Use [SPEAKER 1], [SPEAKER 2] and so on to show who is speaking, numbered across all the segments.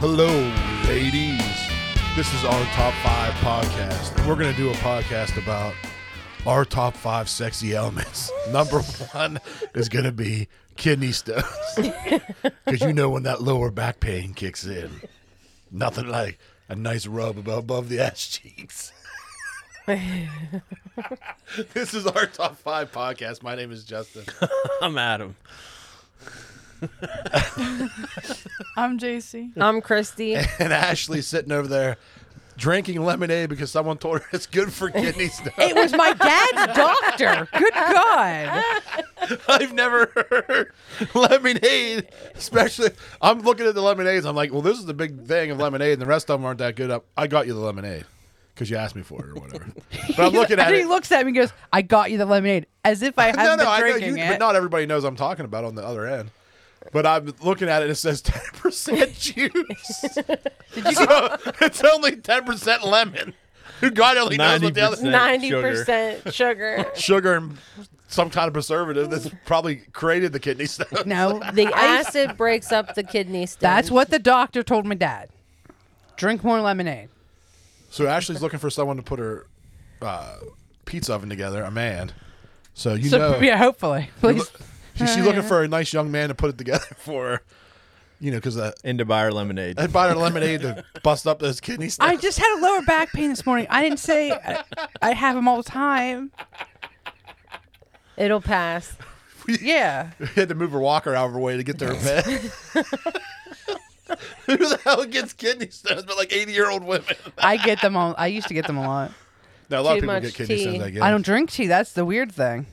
[SPEAKER 1] Hello, ladies. This is our top five podcast. We're going to do a podcast about our top five sexy elements. Number one is going to be kidney stones. Because you know when that lower back pain kicks in, nothing like a nice rub above, above the ass cheeks. this is our top five podcast. My name is Justin.
[SPEAKER 2] I'm Adam.
[SPEAKER 3] I'm JC.
[SPEAKER 4] I'm Christy.
[SPEAKER 1] and Ashley's sitting over there drinking lemonade because someone told her it's good for kidney stones.
[SPEAKER 4] It was my dad's doctor. Good God.
[SPEAKER 1] I've never heard lemonade, especially. I'm looking at the lemonades. I'm like, well, this is the big thing of lemonade, and the rest of them aren't that good. I, I got you the lemonade because you asked me for it or whatever. But I'm looking at
[SPEAKER 3] and he
[SPEAKER 1] it.
[SPEAKER 3] looks at me and goes, I got you the lemonade. As if I had
[SPEAKER 1] no,
[SPEAKER 3] been
[SPEAKER 1] no, I know
[SPEAKER 3] drinking
[SPEAKER 1] you,
[SPEAKER 3] it.
[SPEAKER 1] but not everybody knows I'm talking about on the other end. But I'm looking at it. It says 10% juice. so it's only 10% lemon. Who God only knows what the other
[SPEAKER 2] 90%.
[SPEAKER 4] Ninety
[SPEAKER 2] Sugar.
[SPEAKER 4] percent sugar.
[SPEAKER 1] sugar and some kind of preservative that's probably created the kidney stone.
[SPEAKER 3] no,
[SPEAKER 4] The acid breaks up the kidney stones.
[SPEAKER 3] that's what the doctor told my dad. Drink more lemonade.
[SPEAKER 1] So Ashley's looking for someone to put her uh, pizza oven together, a man. So you
[SPEAKER 3] So,
[SPEAKER 1] know,
[SPEAKER 3] yeah, Uh. hopefully. Please.
[SPEAKER 1] she- she's looking for a nice young man to put it together for her. You know, because that
[SPEAKER 2] Into buyer lemonade.
[SPEAKER 1] I bought her lemonade to bust up those kidney stones.
[SPEAKER 3] I just had a lower back pain this morning. I didn't say I, I have them all the time.
[SPEAKER 4] It'll pass.
[SPEAKER 3] Yeah.
[SPEAKER 1] We had to move her walker out of her way to get to her bed. Who the hell gets kidney stones? But like eighty-year-old women.
[SPEAKER 3] I get them all. I used to get them a lot.
[SPEAKER 1] Now a lot
[SPEAKER 4] Too
[SPEAKER 1] of people
[SPEAKER 4] much
[SPEAKER 1] get kidney
[SPEAKER 4] tea.
[SPEAKER 1] stones. I guess.
[SPEAKER 3] I don't drink tea. That's the weird thing.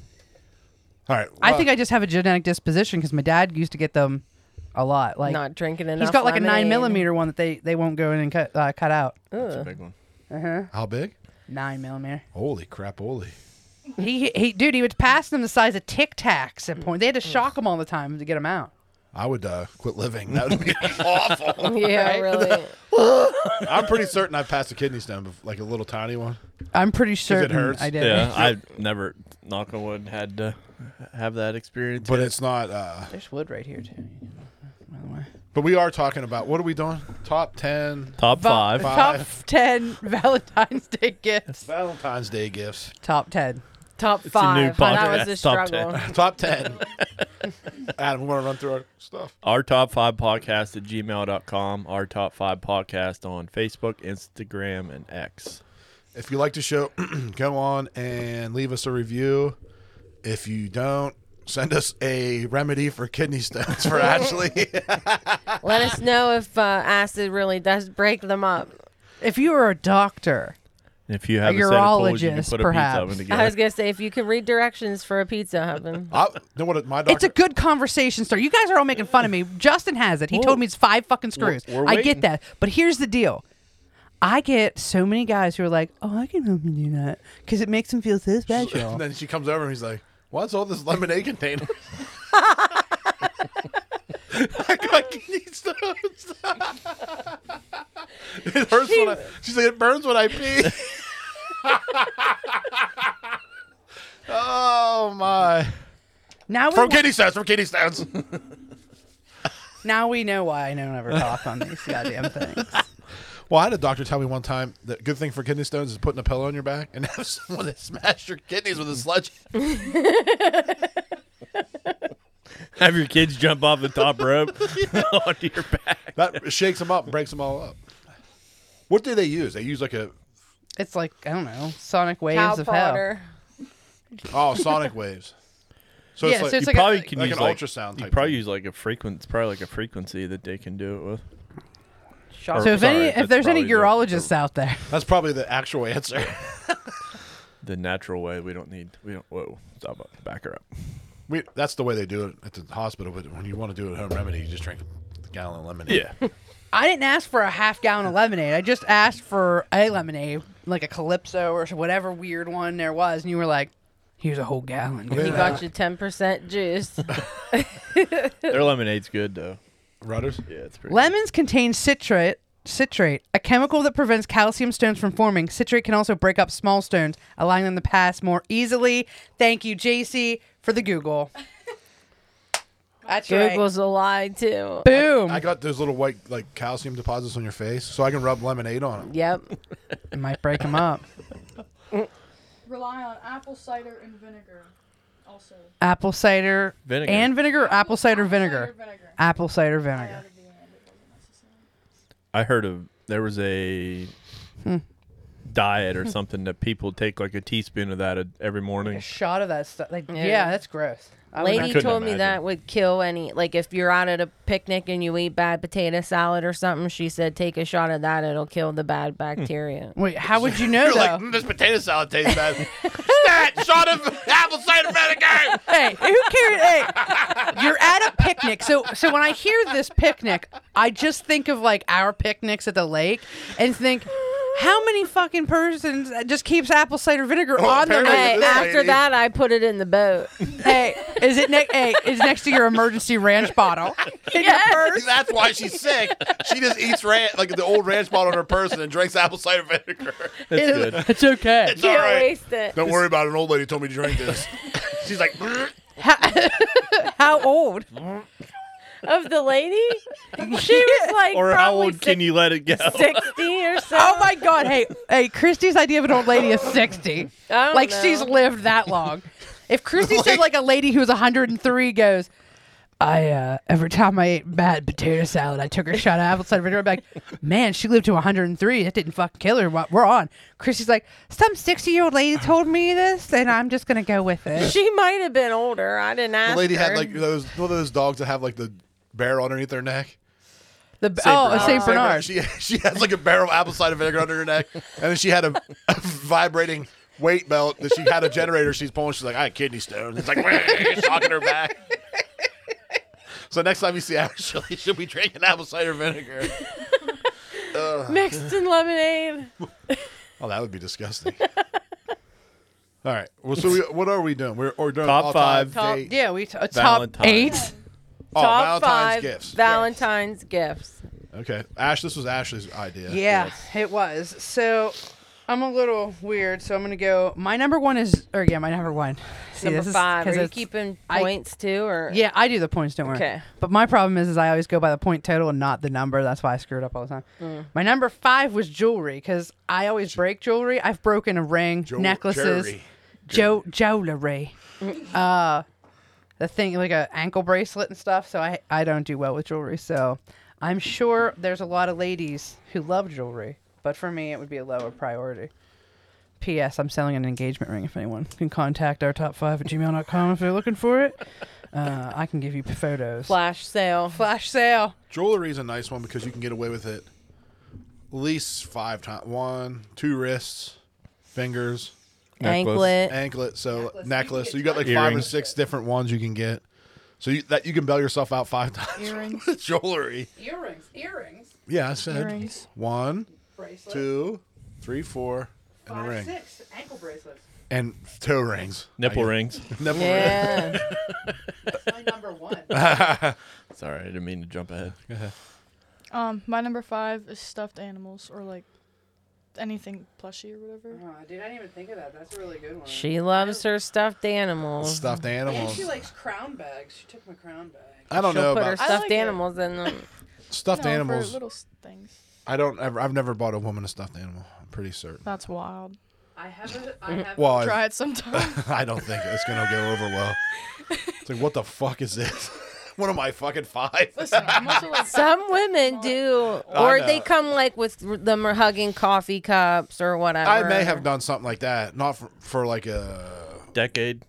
[SPEAKER 1] All right.
[SPEAKER 3] I think I just have a genetic disposition because my dad used to get them a lot. Like
[SPEAKER 4] Not drinking enough.
[SPEAKER 3] he's got like a nine
[SPEAKER 4] lemonade.
[SPEAKER 3] millimeter one that they they won't go in and cut uh, cut out.
[SPEAKER 2] That's a big one.
[SPEAKER 1] How big?
[SPEAKER 3] Nine millimeter.
[SPEAKER 1] Holy crap! Holy.
[SPEAKER 3] He, he, dude, he would pass them the size of Tic Tacs at point. They had to shock them all the time to get them out.
[SPEAKER 1] I would uh, quit living. That would be awful.
[SPEAKER 4] Yeah, really.
[SPEAKER 1] I'm pretty certain I passed a kidney stone, bef- like a little tiny one.
[SPEAKER 3] I'm pretty certain
[SPEAKER 1] hurts?
[SPEAKER 3] I did.
[SPEAKER 2] Yeah, I've never, knock on wood, had to have that experience.
[SPEAKER 1] But it's not. Uh,
[SPEAKER 3] There's wood right here too. By the way.
[SPEAKER 1] but we are talking about what are we doing? Top ten
[SPEAKER 2] Top
[SPEAKER 3] Va-
[SPEAKER 2] five.
[SPEAKER 3] Top ten Valentine's Day gifts.
[SPEAKER 1] Valentine's Day gifts.
[SPEAKER 3] Top ten.
[SPEAKER 2] a
[SPEAKER 4] Top
[SPEAKER 2] new
[SPEAKER 4] five. That was the
[SPEAKER 2] podcast, top
[SPEAKER 4] struggle.
[SPEAKER 1] Top ten. Adam, we're gonna run through our stuff.
[SPEAKER 2] Our top five podcast at gmail.com. Our top five podcast on Facebook, Instagram, and X.
[SPEAKER 1] If you like the show, go on and leave us a review. If you don't, send us a remedy for kidney stones for Ashley.
[SPEAKER 4] Let us know if uh, acid really does break them up.
[SPEAKER 3] If you were a doctor,
[SPEAKER 2] And If you have a, set of tools, you can
[SPEAKER 3] urologist,
[SPEAKER 2] put
[SPEAKER 3] perhaps.
[SPEAKER 2] a pizza oven
[SPEAKER 4] I
[SPEAKER 2] together.
[SPEAKER 4] was gonna say if you can read directions for a pizza oven.
[SPEAKER 1] I know what my doctor.
[SPEAKER 3] it's a good conversation starter. You guys are all making fun of me. Justin has it. He told me it's five fucking screws.
[SPEAKER 2] we're
[SPEAKER 3] I
[SPEAKER 2] waiting.
[SPEAKER 3] get that. But here's the deal. I get so many guys who are like, "Oh, I can help you do that because it makes them feel so special."
[SPEAKER 1] And then she comes over and he's like, What's all this lemonade container? I got kidney stones. it hurts when I, she's like, It burns when I pee. oh my.
[SPEAKER 3] now we
[SPEAKER 1] From
[SPEAKER 3] want-
[SPEAKER 1] kidney stones, from kidney stones.
[SPEAKER 3] Now we know why I don't ever talk on these goddamn things.
[SPEAKER 1] well, I had a doctor tell me one time that good thing for kidney stones is putting a pillow on your back and have someone that smash your kidneys with a sledge.
[SPEAKER 2] Have your kids jump off the top rope onto your back.
[SPEAKER 1] That shakes them up and breaks them all up. What do they use? They use like a
[SPEAKER 3] It's like I don't know, sonic waves
[SPEAKER 4] Cow
[SPEAKER 3] of
[SPEAKER 4] powder.
[SPEAKER 1] Oh, sonic waves. So
[SPEAKER 3] Yeah,
[SPEAKER 1] it's like,
[SPEAKER 3] so
[SPEAKER 2] You
[SPEAKER 3] it's like a-
[SPEAKER 2] probably can
[SPEAKER 1] like
[SPEAKER 2] use
[SPEAKER 1] an
[SPEAKER 2] like,
[SPEAKER 1] ultrasound
[SPEAKER 2] You
[SPEAKER 1] type
[SPEAKER 2] probably
[SPEAKER 1] thing.
[SPEAKER 2] use like a frequency. It's probably like a frequency that they can do it with.
[SPEAKER 3] hell.
[SPEAKER 2] Or-
[SPEAKER 3] So if
[SPEAKER 2] sorry,
[SPEAKER 3] any,
[SPEAKER 2] that's
[SPEAKER 3] if there's any
[SPEAKER 2] probably the-
[SPEAKER 3] urologists out there,
[SPEAKER 1] that's probably the actual answer.
[SPEAKER 2] the natural way. We don't need. We don't. Whoa! Stop it. Back her up.
[SPEAKER 1] we, that's the way they do it at the hospital. But when you want to do it at home remedy, you just drink a gallon of lemonade. Yeah,
[SPEAKER 3] I didn't ask for a half gallon of lemonade. I just asked for a lemonade, like a calypso or whatever weird one there was, and you were like, "Here's a whole gallon."
[SPEAKER 4] You got your ten percent juice.
[SPEAKER 2] Their lemonade's good though.
[SPEAKER 1] rudders.
[SPEAKER 2] Yeah, it's pretty.
[SPEAKER 3] Lemons contain citrate, citrate, a chemical that prevents calcium stones from forming. Citrate can also break up small stones, allowing them to pass more easily. Thank you, JC, for the Google. That's right.
[SPEAKER 4] Google's a lie too.
[SPEAKER 3] Boom.
[SPEAKER 1] I got those little white like calcium deposits on your face, so I can rub lemonade on them.
[SPEAKER 4] Yep.
[SPEAKER 3] It might break them up.
[SPEAKER 5] Rely on apple cider and vinegar. Also.
[SPEAKER 3] Apple cider
[SPEAKER 2] Vinegar.
[SPEAKER 3] and vinegar. or Apple cider vinegar.
[SPEAKER 5] vinegar.
[SPEAKER 3] Apple cider
[SPEAKER 5] I
[SPEAKER 3] vinegar.
[SPEAKER 5] added the end. It wasn't necessary.
[SPEAKER 2] I heard of there was a
[SPEAKER 3] Hmm.
[SPEAKER 2] diet or something that people take like a teaspoon of that a- every
[SPEAKER 3] A
[SPEAKER 2] morning.
[SPEAKER 3] shot of that stuff. Like, yeah.
[SPEAKER 4] Yeah.
[SPEAKER 3] that's gross. I would
[SPEAKER 4] Lady
[SPEAKER 2] couldn't
[SPEAKER 4] told me
[SPEAKER 2] imagine.
[SPEAKER 4] that would kill any. Like if you're out at a picnic and you eat bad potato salad or something, she said take a shot of that. It'll kill the bad bacteria.
[SPEAKER 3] not- Wait, how would you know
[SPEAKER 1] You're like,
[SPEAKER 3] though?
[SPEAKER 1] "Mm, this potato salad tastes bad. Stat, shot of apple cider vinegar.
[SPEAKER 3] hey, who cares? Hey, you're at a picnic. So, so when I hear this picnic, I just think of like our picnics at the lake, and think, how many fucking persons just keeps apple cider vinegar
[SPEAKER 1] Oh,
[SPEAKER 3] on their
[SPEAKER 1] apparently
[SPEAKER 3] lake?
[SPEAKER 4] Hey,
[SPEAKER 1] This
[SPEAKER 4] after
[SPEAKER 1] lady.
[SPEAKER 4] that, I put it in the boat.
[SPEAKER 3] Hey, is it ne- hey, is next to your emergency ranch bottle in your purse?
[SPEAKER 1] That's why she's sick. She just eats ran- like the old ranch bottle in her purse and drinks apple cider vinegar.
[SPEAKER 2] That's good.
[SPEAKER 3] It's okay.
[SPEAKER 1] It's all
[SPEAKER 4] Can't
[SPEAKER 1] right.
[SPEAKER 4] waste it.
[SPEAKER 1] Don't worry about it. An old lady told me to drink this. She's like, "Mm."
[SPEAKER 3] How old?
[SPEAKER 4] Of the lady, she was like
[SPEAKER 2] Or how
[SPEAKER 4] probably
[SPEAKER 2] old can you let it go?
[SPEAKER 4] sixty or so.
[SPEAKER 3] Oh my god! Hey, hey, Christy's idea of an old lady is sixty.
[SPEAKER 4] I don't
[SPEAKER 3] Like
[SPEAKER 4] know.
[SPEAKER 3] she's lived that long. If Christy said like a lady who's 103 goes, I uh, every time I ate bad potato salad, I took her shot of apple cider vinegar. I'd be like, man, she lived to 103. That didn't fucking kill her. What- We're on. Christy's like, some 60 year old lady told me this, and I'm just gonna go with it.
[SPEAKER 4] She might have been older. I didn't ask.
[SPEAKER 1] the lady had
[SPEAKER 4] her.
[SPEAKER 1] like those one of those dogs that have like the barrel underneath their neck.
[SPEAKER 3] The oh, a Saint Bernard.
[SPEAKER 1] She she has like a barrel of apple cider vinegar under her neck, and then she had a, a vibrating weight belt that she had a generator she's pulling. She's like, I had kidney stones. It's like shocking her back. So next time you see Ashley, she'll be drinking apple cider vinegar.
[SPEAKER 4] mixed in lemonade.
[SPEAKER 1] Oh, that would be disgusting. All right. Well, so we, what are we doing? We're, we're doing
[SPEAKER 2] Top
[SPEAKER 1] all
[SPEAKER 2] five.
[SPEAKER 1] Top, date-
[SPEAKER 3] Yeah, we t- a top
[SPEAKER 2] Valentine's.
[SPEAKER 3] eight.
[SPEAKER 1] Oh, Valentine's
[SPEAKER 4] Top five
[SPEAKER 1] gifts.
[SPEAKER 4] Valentine's gifts.
[SPEAKER 1] okay, Ash. This was Ashley's idea.
[SPEAKER 3] Yeah, it was. So I'm a little weird, so I'm gonna go. My number one is, or yeah, my number one. See,
[SPEAKER 4] Number
[SPEAKER 3] this is-
[SPEAKER 4] five.
[SPEAKER 3] 'cause
[SPEAKER 4] Are you
[SPEAKER 3] it's-
[SPEAKER 4] keeping
[SPEAKER 3] I-
[SPEAKER 4] points too, or
[SPEAKER 3] Yeah, I do the points. Don't worry.
[SPEAKER 4] Okay.
[SPEAKER 3] But my problem is, is I always go by the point total and not the number. That's why I screw it up all the time.
[SPEAKER 4] Mm.
[SPEAKER 3] My number five was jewelry because I always break jewelry. I've broken a ring,
[SPEAKER 1] Jewel-
[SPEAKER 3] necklaces,
[SPEAKER 1] jewelry.
[SPEAKER 3] jo- jewelry.
[SPEAKER 4] Mm.
[SPEAKER 3] uh, the thing like a ankle bracelet and stuff. So I I don't do well with jewelry. So I'm sure there's a lot of ladies who love jewelry, but for me it would be a lower priority. P.S. I'm selling an engagement ring. If anyone can contact our top five at gmail.com if they're looking for it, uh, I can give you photos.
[SPEAKER 4] flash sale?
[SPEAKER 3] Flash sale.
[SPEAKER 1] Jewelry is a nice one because you can get away with it at least five times. One, two wrists, fingers,
[SPEAKER 2] Necklace.
[SPEAKER 4] anklet.
[SPEAKER 1] anklet, so necklace. So you got like five or
[SPEAKER 2] Earrings.
[SPEAKER 1] six different ones you can get. So you, that you can bail yourself out five times. with Jewelry.
[SPEAKER 3] Earrings. Earrings.
[SPEAKER 1] Yeah, I said
[SPEAKER 5] Earrings.
[SPEAKER 1] one,
[SPEAKER 3] Bracelet.
[SPEAKER 1] two, three, four, and a ring,
[SPEAKER 3] six. Ankle bracelets.
[SPEAKER 1] and toe rings,
[SPEAKER 2] Nipple rings.
[SPEAKER 1] Nipple ring.
[SPEAKER 4] Yeah.
[SPEAKER 3] My number one.
[SPEAKER 2] Sorry, I didn't mean to jump ahead.
[SPEAKER 5] Um, my number five is stuffed animals or like anything plushy or whatever.
[SPEAKER 3] Oh, dude, I didn't even think of that. That's a really good one.
[SPEAKER 4] she loves her stuffed animals.
[SPEAKER 1] Stuffed animals.
[SPEAKER 3] likes crown bags. She took my crown bag.
[SPEAKER 1] I don't
[SPEAKER 4] She'll
[SPEAKER 1] know
[SPEAKER 4] put her
[SPEAKER 1] about
[SPEAKER 5] I
[SPEAKER 4] stuffed
[SPEAKER 5] like it.
[SPEAKER 4] animals in them.
[SPEAKER 1] stuffed
[SPEAKER 5] No, for
[SPEAKER 1] animals.
[SPEAKER 5] little s- things.
[SPEAKER 1] I don't ever. I've never bought a woman a stuffed animal. I'm pretty certain.
[SPEAKER 5] That's wild.
[SPEAKER 3] I have a. I have
[SPEAKER 1] Well, I-
[SPEAKER 5] Try it sometime.
[SPEAKER 1] I don't think it's gonna go over well. It's like, what the fuck is this? One of my fucking five.
[SPEAKER 5] Listen, I'm also like
[SPEAKER 4] Some women do,
[SPEAKER 1] I
[SPEAKER 4] or they
[SPEAKER 1] know.
[SPEAKER 4] come like with r- them are hugging coffee cups or whatever.
[SPEAKER 1] I may have done something like that, not for, for like a
[SPEAKER 2] Decade.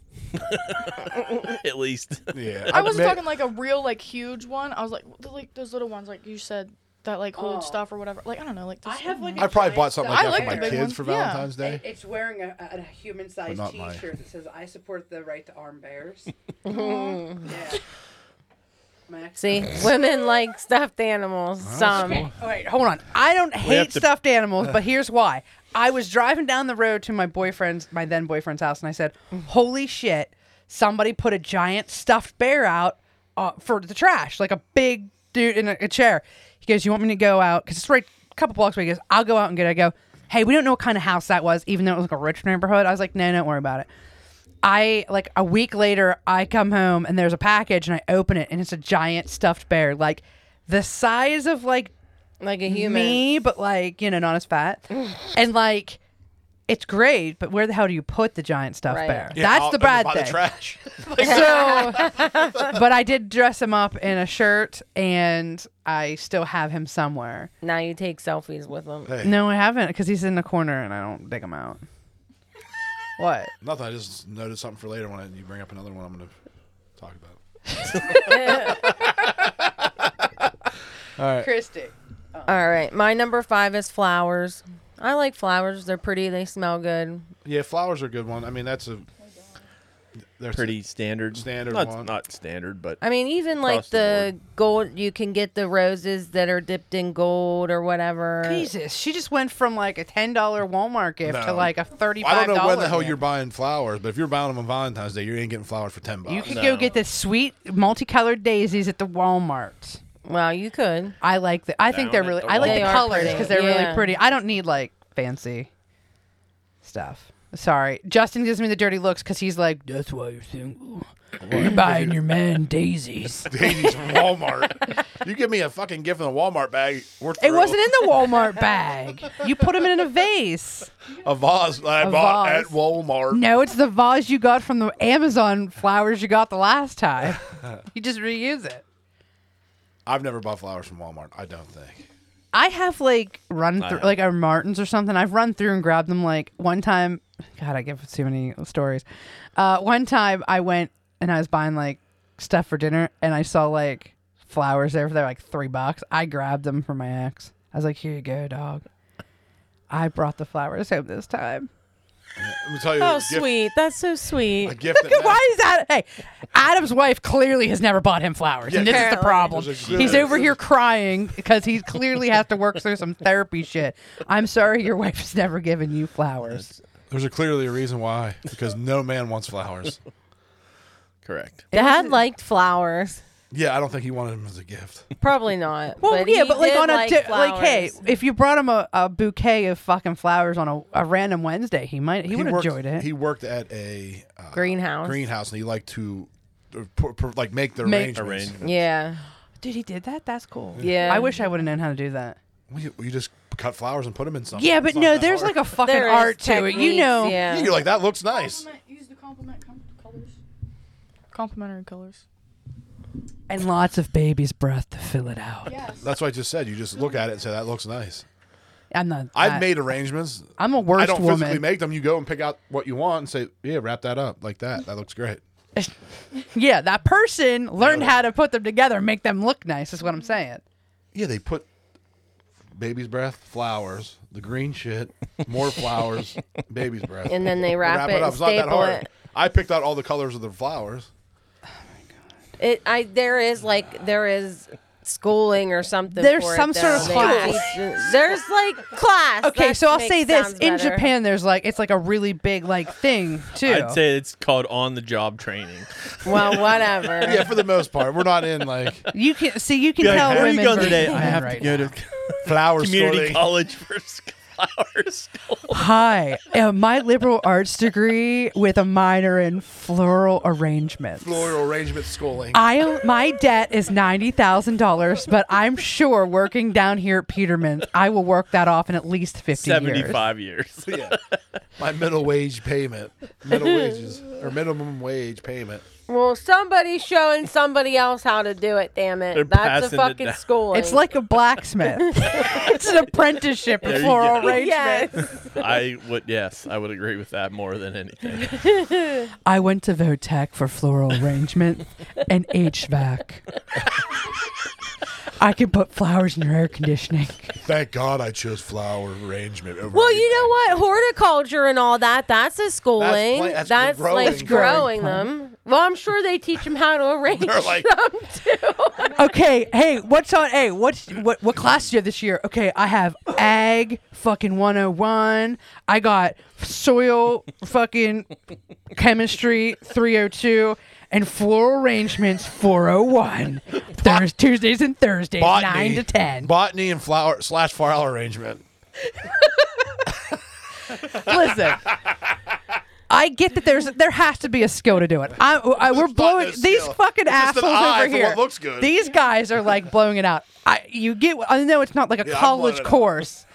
[SPEAKER 2] At least.
[SPEAKER 1] yeah.
[SPEAKER 5] I wasn't
[SPEAKER 1] may-
[SPEAKER 5] talking like a real like huge one. I was like the- like those little ones like you said that like hold
[SPEAKER 3] Oh.
[SPEAKER 5] stuff or whatever. Like I don't know like.
[SPEAKER 3] I
[SPEAKER 5] those
[SPEAKER 3] have
[SPEAKER 5] little
[SPEAKER 3] like
[SPEAKER 1] I
[SPEAKER 5] ones.
[SPEAKER 1] probably bought something like
[SPEAKER 5] I
[SPEAKER 1] that
[SPEAKER 5] like
[SPEAKER 1] for my
[SPEAKER 5] the big
[SPEAKER 1] kids
[SPEAKER 5] ones,
[SPEAKER 1] for
[SPEAKER 5] yeah.
[SPEAKER 1] Valentine's Day.
[SPEAKER 3] It- It's wearing a, a human sized
[SPEAKER 1] But not
[SPEAKER 3] t
[SPEAKER 1] mine.
[SPEAKER 3] shirt that says, I support the right to arm bears. yeah. My ex-
[SPEAKER 4] See, women like stuffed animals. Some.
[SPEAKER 3] All right, hold on. I don't
[SPEAKER 2] have
[SPEAKER 3] hate
[SPEAKER 2] to-
[SPEAKER 3] stuffed animals, but here's why. I was driving down the road to my boyfriend's, my then boyfriend's house, and I said, Holy shit, somebody put a giant stuffed bear out uh, for the trash, like a big dude in a, a chair. He goes, You want me to go out? Because it's right a couple blocks away. He goes, I'll go out and get it. I go, Hey, we don't know what kind of house that was, even though it was like a rich neighborhood. I was like, No, don't worry about it. I like a week later I come home and there's a package and I open it and it's a giant stuffed bear like the size of like
[SPEAKER 4] Like a human.
[SPEAKER 3] me but like you know not as fat and like it's great but where the hell do you put the giant stuffed
[SPEAKER 4] Right.
[SPEAKER 3] bear
[SPEAKER 1] Yeah,
[SPEAKER 3] that's
[SPEAKER 1] out
[SPEAKER 3] the
[SPEAKER 1] under
[SPEAKER 3] bad
[SPEAKER 1] by
[SPEAKER 3] thing
[SPEAKER 1] The trash.
[SPEAKER 3] so but I did dress him up in a shirt and I still have him somewhere
[SPEAKER 4] Now you take selfies with them.
[SPEAKER 1] hey,
[SPEAKER 3] no I haven't because he's in the corner and I don't dig him out what
[SPEAKER 1] nothing. I just noticed something for later when I, you bring up another one. I'm gonna talk about.
[SPEAKER 3] Christy
[SPEAKER 4] All right. My number five is flowers. I like flowers. They're pretty. They smell good.
[SPEAKER 1] Yeah, flowers are a good one. I mean, that's a they're
[SPEAKER 2] Pretty standard.
[SPEAKER 1] Standard
[SPEAKER 2] Not,
[SPEAKER 1] one.
[SPEAKER 2] not standard, but
[SPEAKER 4] I mean, even like
[SPEAKER 2] Across the
[SPEAKER 4] the, gold, you can get the roses that are dipped in gold or whatever.
[SPEAKER 3] Jesus, she just went from like a ten dollar Walmart gift to
[SPEAKER 1] No.
[SPEAKER 3] like a thirty
[SPEAKER 1] I
[SPEAKER 3] five
[SPEAKER 1] don't
[SPEAKER 3] dollar.
[SPEAKER 1] know when the hell you're buying flowers, but if you're buying them on Valentine's Day, you ain't getting flowers for ten bucks.
[SPEAKER 3] You could
[SPEAKER 2] No.
[SPEAKER 3] go get the sweet multicolored daisies at the Walmart.
[SPEAKER 4] Well, you could.
[SPEAKER 3] I like the. I think
[SPEAKER 2] Down
[SPEAKER 3] they're
[SPEAKER 2] at
[SPEAKER 3] really.
[SPEAKER 2] the
[SPEAKER 3] I like
[SPEAKER 4] They
[SPEAKER 3] the
[SPEAKER 4] are
[SPEAKER 3] colors
[SPEAKER 4] pretty.
[SPEAKER 3] because they're really
[SPEAKER 4] Yeah.
[SPEAKER 3] pretty. I don't need like fancy stuff. Sorry, Justin gives me the dirty looks because he's like, "That's why you're single. You're buying your man daisies."
[SPEAKER 1] Daisies from Walmart. you give me a fucking gift in a Walmart bag. We're
[SPEAKER 3] It wasn't
[SPEAKER 1] thrilled.
[SPEAKER 3] in the Walmart bag. You put them in a vase.
[SPEAKER 1] a vase I
[SPEAKER 3] A
[SPEAKER 1] bought
[SPEAKER 3] vase.
[SPEAKER 1] at Walmart.
[SPEAKER 3] No, it's the vase you got from the Amazon flowers you got the last time. You just reuse it.
[SPEAKER 1] I've never bought flowers from Walmart. I don't think.
[SPEAKER 3] I have like run
[SPEAKER 2] I
[SPEAKER 3] through
[SPEAKER 2] know.
[SPEAKER 3] like a Martins or something. I've run through and grabbed them like one time. God, I give too many stories. Uh, one time I went and I was buying like stuff for dinner and I saw like flowers there for they're like three bucks. I grabbed them for my ex. I was like, here you go, dog. I brought the flowers home this time.
[SPEAKER 1] Let me tell you. a
[SPEAKER 4] Oh,
[SPEAKER 1] gift-
[SPEAKER 4] sweet. That's so
[SPEAKER 1] A
[SPEAKER 4] sweet.
[SPEAKER 1] gift. that
[SPEAKER 3] Why is that? Hey, Adam's wife clearly has never bought him flowers, and
[SPEAKER 1] Yeah.
[SPEAKER 3] this is the
[SPEAKER 4] Apparently.
[SPEAKER 3] problem.
[SPEAKER 1] There's a-
[SPEAKER 3] He's over here crying because he clearly has to work through some therapy shit. I'm sorry, your wife has never given you flowers.
[SPEAKER 1] There's a clearly a reason why, because no man wants flowers.
[SPEAKER 2] correct.
[SPEAKER 4] Dad liked flowers.
[SPEAKER 1] Yeah, I don't think he wanted them as a gift.
[SPEAKER 4] Probably not.
[SPEAKER 3] Well, yeah,
[SPEAKER 4] he
[SPEAKER 3] but like
[SPEAKER 4] did
[SPEAKER 3] on a
[SPEAKER 4] like,
[SPEAKER 3] di- like, hey,
[SPEAKER 4] flowers.
[SPEAKER 3] if you brought him a, a bouquet of fucking flowers on a, a random Wednesday, he might he, would have
[SPEAKER 1] worked-
[SPEAKER 3] enjoyed it.
[SPEAKER 1] He worked at a uh,
[SPEAKER 4] Greenhouse.
[SPEAKER 1] greenhouse, and he liked to uh, pr- pr- like make the
[SPEAKER 3] Make-
[SPEAKER 1] arrangements.
[SPEAKER 2] Arrangement.
[SPEAKER 4] Yeah.
[SPEAKER 3] Dude, he did that. That's cool.
[SPEAKER 4] Yeah.
[SPEAKER 3] I wish I would have known how to do that.
[SPEAKER 1] Well, you, you just cut flowers and put them in something.
[SPEAKER 3] Yeah,
[SPEAKER 1] Oh,
[SPEAKER 3] but
[SPEAKER 1] It's not
[SPEAKER 3] no,
[SPEAKER 1] that
[SPEAKER 3] there's
[SPEAKER 1] hard.
[SPEAKER 3] like a fucking
[SPEAKER 4] There is
[SPEAKER 3] art to it. You
[SPEAKER 4] techniques,
[SPEAKER 3] know,
[SPEAKER 4] Yeah.
[SPEAKER 1] You're like that looks nice.
[SPEAKER 5] Compliment, use the compliment com- colors. Complimentary colors.
[SPEAKER 3] and lots of baby's breath to fill it out.
[SPEAKER 5] Yes.
[SPEAKER 1] That's what I just said. You just look at it and say that looks nice.
[SPEAKER 3] I'm not. I-
[SPEAKER 1] I've made arrangements.
[SPEAKER 3] I'm a worst
[SPEAKER 1] I don't
[SPEAKER 3] woman.
[SPEAKER 1] physically make them. You go and pick out what you want and say, yeah, wrap that up like that. That looks great.
[SPEAKER 3] Yeah, that person learned how to put them together and make them look nice, is what I'm saying.
[SPEAKER 1] Yeah, they put baby's breath, flowers, the green shit, more flowers, baby's breath.
[SPEAKER 4] And then they wrap, it, and
[SPEAKER 1] It's not that
[SPEAKER 4] staple
[SPEAKER 1] hard.
[SPEAKER 4] it.
[SPEAKER 1] I picked out all the colors of the flowers.
[SPEAKER 4] It, I there is like there is schooling or something.
[SPEAKER 3] There's
[SPEAKER 4] for it,
[SPEAKER 3] some sort of
[SPEAKER 4] though. They
[SPEAKER 3] class.
[SPEAKER 4] teach- there's like class.
[SPEAKER 3] Okay,
[SPEAKER 4] That
[SPEAKER 3] so I'll
[SPEAKER 4] makes-
[SPEAKER 3] say this.
[SPEAKER 4] sounds
[SPEAKER 3] In
[SPEAKER 4] better.
[SPEAKER 3] Japan there's like it's like a really big like thing too.
[SPEAKER 2] I'd say it's called on the job training.
[SPEAKER 4] well, whatever.
[SPEAKER 1] Yeah, for the most part, we're not in like
[SPEAKER 3] you can see you can
[SPEAKER 2] Be like,
[SPEAKER 3] tell
[SPEAKER 2] "Where are you
[SPEAKER 3] women
[SPEAKER 2] going
[SPEAKER 3] versus
[SPEAKER 2] today? I
[SPEAKER 3] men
[SPEAKER 2] have
[SPEAKER 3] right
[SPEAKER 2] to go
[SPEAKER 3] now.
[SPEAKER 2] to
[SPEAKER 1] flower
[SPEAKER 2] community
[SPEAKER 1] schooling.
[SPEAKER 2] college for flowers.
[SPEAKER 3] Hi, uh, my liberal arts degree with a minor in floral arrangements.
[SPEAKER 1] floral arrangement schooling.
[SPEAKER 4] Ah.
[SPEAKER 3] I am, my debt is ninety thousand dollars, but I'm sure working down here at Peterman's, I will work that off in at least fifty years.
[SPEAKER 2] Seventy-five years.
[SPEAKER 1] yeah. My middle wage payment, middle wages or minimum wage payment.
[SPEAKER 4] Well, somebody's showing somebody else how to do it. Damn it,
[SPEAKER 2] They're
[SPEAKER 4] that's a
[SPEAKER 2] passing it
[SPEAKER 4] fucking
[SPEAKER 2] down.
[SPEAKER 4] schooling.
[SPEAKER 3] It's like a blacksmith. it's an apprenticeship
[SPEAKER 2] There
[SPEAKER 3] in
[SPEAKER 2] you
[SPEAKER 3] floral
[SPEAKER 2] go.
[SPEAKER 3] arrangement.
[SPEAKER 4] yes.
[SPEAKER 2] I would yes, I would agree with that more than anything.
[SPEAKER 3] I went to Votech for floral arrangement and HVAC. I can put flowers in your air conditioning.
[SPEAKER 1] Thank God I chose flower arrangement over.
[SPEAKER 4] Well, you know what? Horticulture and all that, that's a schooling.
[SPEAKER 1] pla-
[SPEAKER 4] That's,
[SPEAKER 1] that's growing
[SPEAKER 4] like
[SPEAKER 1] plants.
[SPEAKER 3] Growing
[SPEAKER 4] growing
[SPEAKER 3] plant.
[SPEAKER 4] them. Well, I'm sure they teach them how to arrange
[SPEAKER 1] They're like-
[SPEAKER 4] them too.
[SPEAKER 3] Okay, hey, what's on? Hey, what's what? What class do you have this year? Okay, I have ag fucking 101. I got soil fucking chemistry 302 and floral arrangements 401. Thurs, Tuesdays and Thursdays,
[SPEAKER 1] botany,
[SPEAKER 3] nine to ten.
[SPEAKER 1] Botany and flower slash flower arrangement.
[SPEAKER 3] Listen, I get that there's there has to be a skill to do it. I, I we're
[SPEAKER 1] not no
[SPEAKER 3] blowing these
[SPEAKER 1] skill.
[SPEAKER 3] fucking
[SPEAKER 1] It's just an
[SPEAKER 3] assholes
[SPEAKER 1] eye
[SPEAKER 3] over
[SPEAKER 1] for what
[SPEAKER 3] here.
[SPEAKER 1] looks good.
[SPEAKER 3] These guys are like blowing it out. I you get I know it's not like a
[SPEAKER 1] Yeah, I'm
[SPEAKER 3] college
[SPEAKER 1] blowing it out.
[SPEAKER 3] course.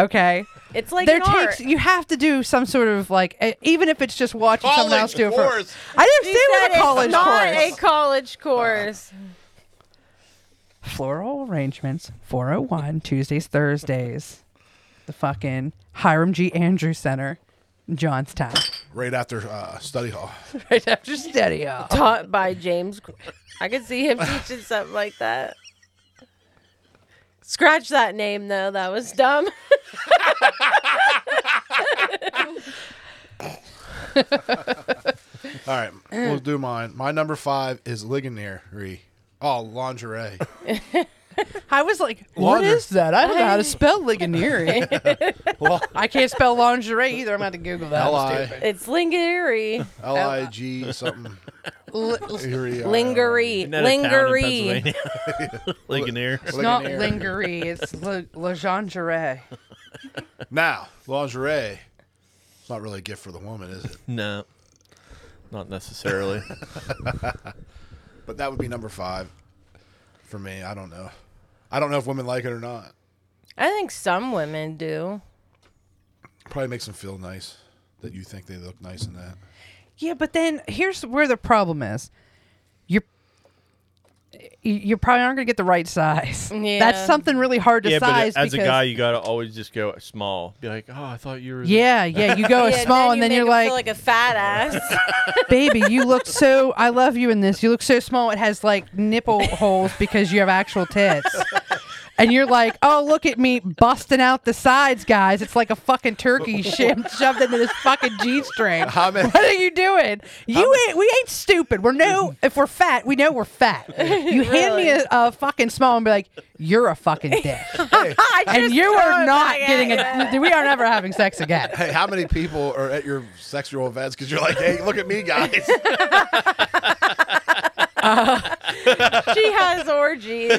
[SPEAKER 3] Okay.
[SPEAKER 4] It's like
[SPEAKER 3] there
[SPEAKER 4] an
[SPEAKER 3] takes
[SPEAKER 4] art.
[SPEAKER 3] you have to do some sort of like e- even if it's just watching someone
[SPEAKER 1] College
[SPEAKER 3] else do it. For,
[SPEAKER 1] course.
[SPEAKER 3] I
[SPEAKER 4] She
[SPEAKER 3] didn't say it
[SPEAKER 4] said
[SPEAKER 3] was a college
[SPEAKER 4] it's not
[SPEAKER 3] course.
[SPEAKER 4] a college course.
[SPEAKER 3] Floral Arrangements, 401, Tuesdays, Thursdays. The fucking Hiram G. Andrews Center, Johnstown.
[SPEAKER 1] right after uh, study hall.
[SPEAKER 3] Right after study hall.
[SPEAKER 4] Taught by James. Gr- I could see him teaching something like that. Scratch that name though. That was dumb.
[SPEAKER 1] All right, we'll do mine. My number five is ligonier. Oh, lingerie.
[SPEAKER 3] I was like, what
[SPEAKER 1] Laundry.
[SPEAKER 3] is that? I don't know how to spell Ligonieri.
[SPEAKER 1] Well,
[SPEAKER 3] I can't spell lingerie either. I'm going to Google that.
[SPEAKER 1] L
[SPEAKER 3] I'm
[SPEAKER 1] I
[SPEAKER 4] It's lingery.
[SPEAKER 1] L I G something.
[SPEAKER 3] stupid. L-
[SPEAKER 1] Eerie, I don't
[SPEAKER 4] Lingery.
[SPEAKER 2] Isn't that a town in
[SPEAKER 4] Lingery.
[SPEAKER 2] Pennsylvania? Ligonier.
[SPEAKER 1] know.
[SPEAKER 3] it's not
[SPEAKER 1] Ligonier.
[SPEAKER 3] lingerie. It's le- lingerie.
[SPEAKER 1] Now, lingerie. It's not really a gift for the woman, is it?
[SPEAKER 2] No, not necessarily.
[SPEAKER 1] But that would be number five for me. I don't know. I don't know if women like it or not.
[SPEAKER 4] I think some women do.
[SPEAKER 1] Probably makes them feel nice that you think they look nice in that.
[SPEAKER 3] Yeah, but then here's where the problem is. You're you- you probably aren't gonna get the right size.
[SPEAKER 4] Yeah.
[SPEAKER 3] That's something really hard to
[SPEAKER 2] yeah, but
[SPEAKER 3] size.
[SPEAKER 2] as a
[SPEAKER 3] because-
[SPEAKER 2] guy, you gotta always just go small. Be like, oh, I thought you were.
[SPEAKER 3] yeah, yeah, you go
[SPEAKER 4] Yeah,
[SPEAKER 3] small, and then
[SPEAKER 4] you
[SPEAKER 3] you're
[SPEAKER 4] make 'em
[SPEAKER 3] like,
[SPEAKER 4] feel like a fat ass.
[SPEAKER 3] "Baby, you look so. I love you in this. You look so small. It has like nipple holes because you have actual tits." And you're like, oh, look at me busting out the sides, guys. It's like a fucking turkey shoved shoved into this fucking G string.
[SPEAKER 1] How many-
[SPEAKER 3] What are you doing? You ain't. We ain't stupid. We're no. If we're fat, we know we're fat. You hand me a, a fucking small and be like, "You're a fucking dick,"
[SPEAKER 4] I
[SPEAKER 3] and
[SPEAKER 4] just
[SPEAKER 3] you
[SPEAKER 4] throw
[SPEAKER 3] are
[SPEAKER 4] it
[SPEAKER 3] not
[SPEAKER 4] back at
[SPEAKER 3] getting
[SPEAKER 4] ya.
[SPEAKER 3] a. We are never having sex again.
[SPEAKER 1] Hey, how many people are at your sexual events because you're like, hey, look at me, guys?
[SPEAKER 4] She has orgies.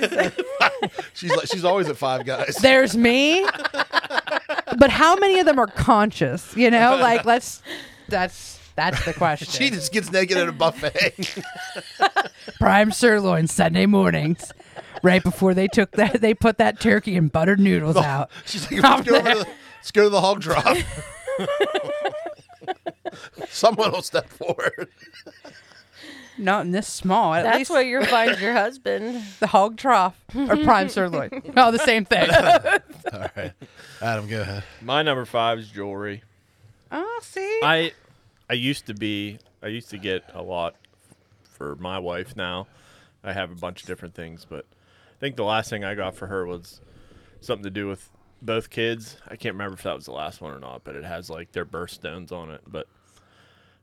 [SPEAKER 1] she's like, she's always at five guys.
[SPEAKER 3] There's me, but how many of them are conscious? You know, like let's. That's that's the question.
[SPEAKER 1] she just gets naked at a buffet.
[SPEAKER 3] prime sirloin Sunday mornings, right before they took that they put that turkey and buttered noodles
[SPEAKER 1] Oh.
[SPEAKER 3] out.
[SPEAKER 1] She's like, let's go, over to the, let's go to the hog drop. Someone will step forward.
[SPEAKER 3] Not in this small. At
[SPEAKER 4] That's
[SPEAKER 3] least
[SPEAKER 4] where you find your husband.
[SPEAKER 3] the hog trough or prime sirloin. Oh, the same thing.
[SPEAKER 1] All right, Adam, go ahead.
[SPEAKER 2] My number five is jewelry.
[SPEAKER 3] oh, see.
[SPEAKER 2] I I used to be I used to get a lot for my wife now. I have a bunch of different things, but I think the last thing I got for her was something to do with both kids. I can't remember if that was the last one or not, but it has like their birthstones on it. But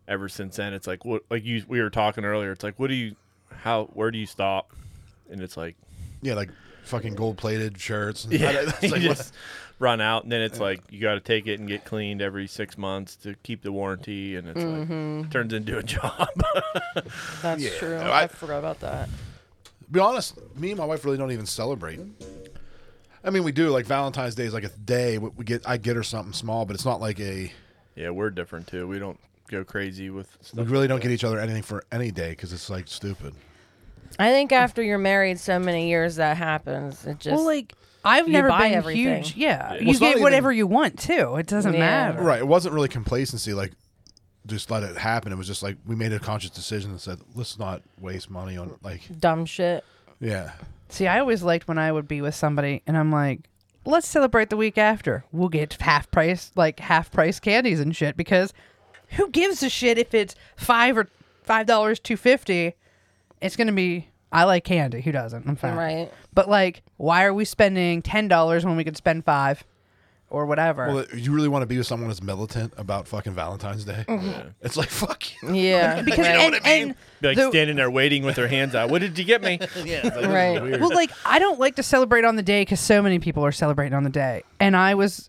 [SPEAKER 2] ever since then, it's like what like you we were talking earlier. It's like what do you how where do you stop? And it's like
[SPEAKER 1] Yeah, like fucking gold plated shirts. And
[SPEAKER 2] yeah,
[SPEAKER 1] It's
[SPEAKER 2] you
[SPEAKER 1] like,
[SPEAKER 2] just run out, and then it's like you got to take it and get cleaned every six months to keep the warranty, and it's like turns into a job.
[SPEAKER 4] That's
[SPEAKER 1] Yeah,
[SPEAKER 4] true.
[SPEAKER 1] I-
[SPEAKER 4] I, forgot about that.
[SPEAKER 1] be honest, me and my wife really don't even celebrate. I mean, we do like Valentine's Day is like a day. We we get I get her something small, but it's not like a.
[SPEAKER 2] yeah, we're different too. We don't go crazy with
[SPEAKER 1] We
[SPEAKER 2] stuff.
[SPEAKER 1] really don't get each other anything for any day because it's like stupid.
[SPEAKER 4] I think after you're married so many years, that happens. It just
[SPEAKER 3] well, like I've
[SPEAKER 4] you
[SPEAKER 3] never
[SPEAKER 4] buy
[SPEAKER 3] been
[SPEAKER 4] everything.
[SPEAKER 3] huge. Yeah,
[SPEAKER 2] Yeah.
[SPEAKER 1] Well,
[SPEAKER 3] you
[SPEAKER 1] it's not
[SPEAKER 3] get whatever
[SPEAKER 1] even-
[SPEAKER 3] you want too. It doesn't
[SPEAKER 4] Yeah.
[SPEAKER 3] matter.
[SPEAKER 1] Right? It wasn't really complacency. Like just let it happen. It was just like we made a conscious decision and said, let's not waste money on like
[SPEAKER 4] dumb shit.
[SPEAKER 1] yeah.
[SPEAKER 3] See, I always liked when I would be with somebody and I'm like, let's celebrate the week after. We'll get half price, like half price candies and shit because who gives a shit if it's five or five dollars two fifty? It's gonna be. I like candy. Who doesn't? I'm fine.
[SPEAKER 4] Right.
[SPEAKER 3] But like, why are we spending ten dollars when we could spend five or whatever?
[SPEAKER 1] Well, you really want to be with someone that's militant about fucking Valentine's Day?
[SPEAKER 3] Mm-hmm.
[SPEAKER 1] It's like fuck you.
[SPEAKER 4] Yeah.
[SPEAKER 3] because
[SPEAKER 4] right.
[SPEAKER 3] and, and
[SPEAKER 2] Be like
[SPEAKER 3] the-
[SPEAKER 2] standing there waiting with their hands out. What did you get me?
[SPEAKER 1] Yeah, it's like, this is
[SPEAKER 4] Right.
[SPEAKER 1] weird.
[SPEAKER 3] well, like I don't like to celebrate on the day because so many people are celebrating on the day. And I was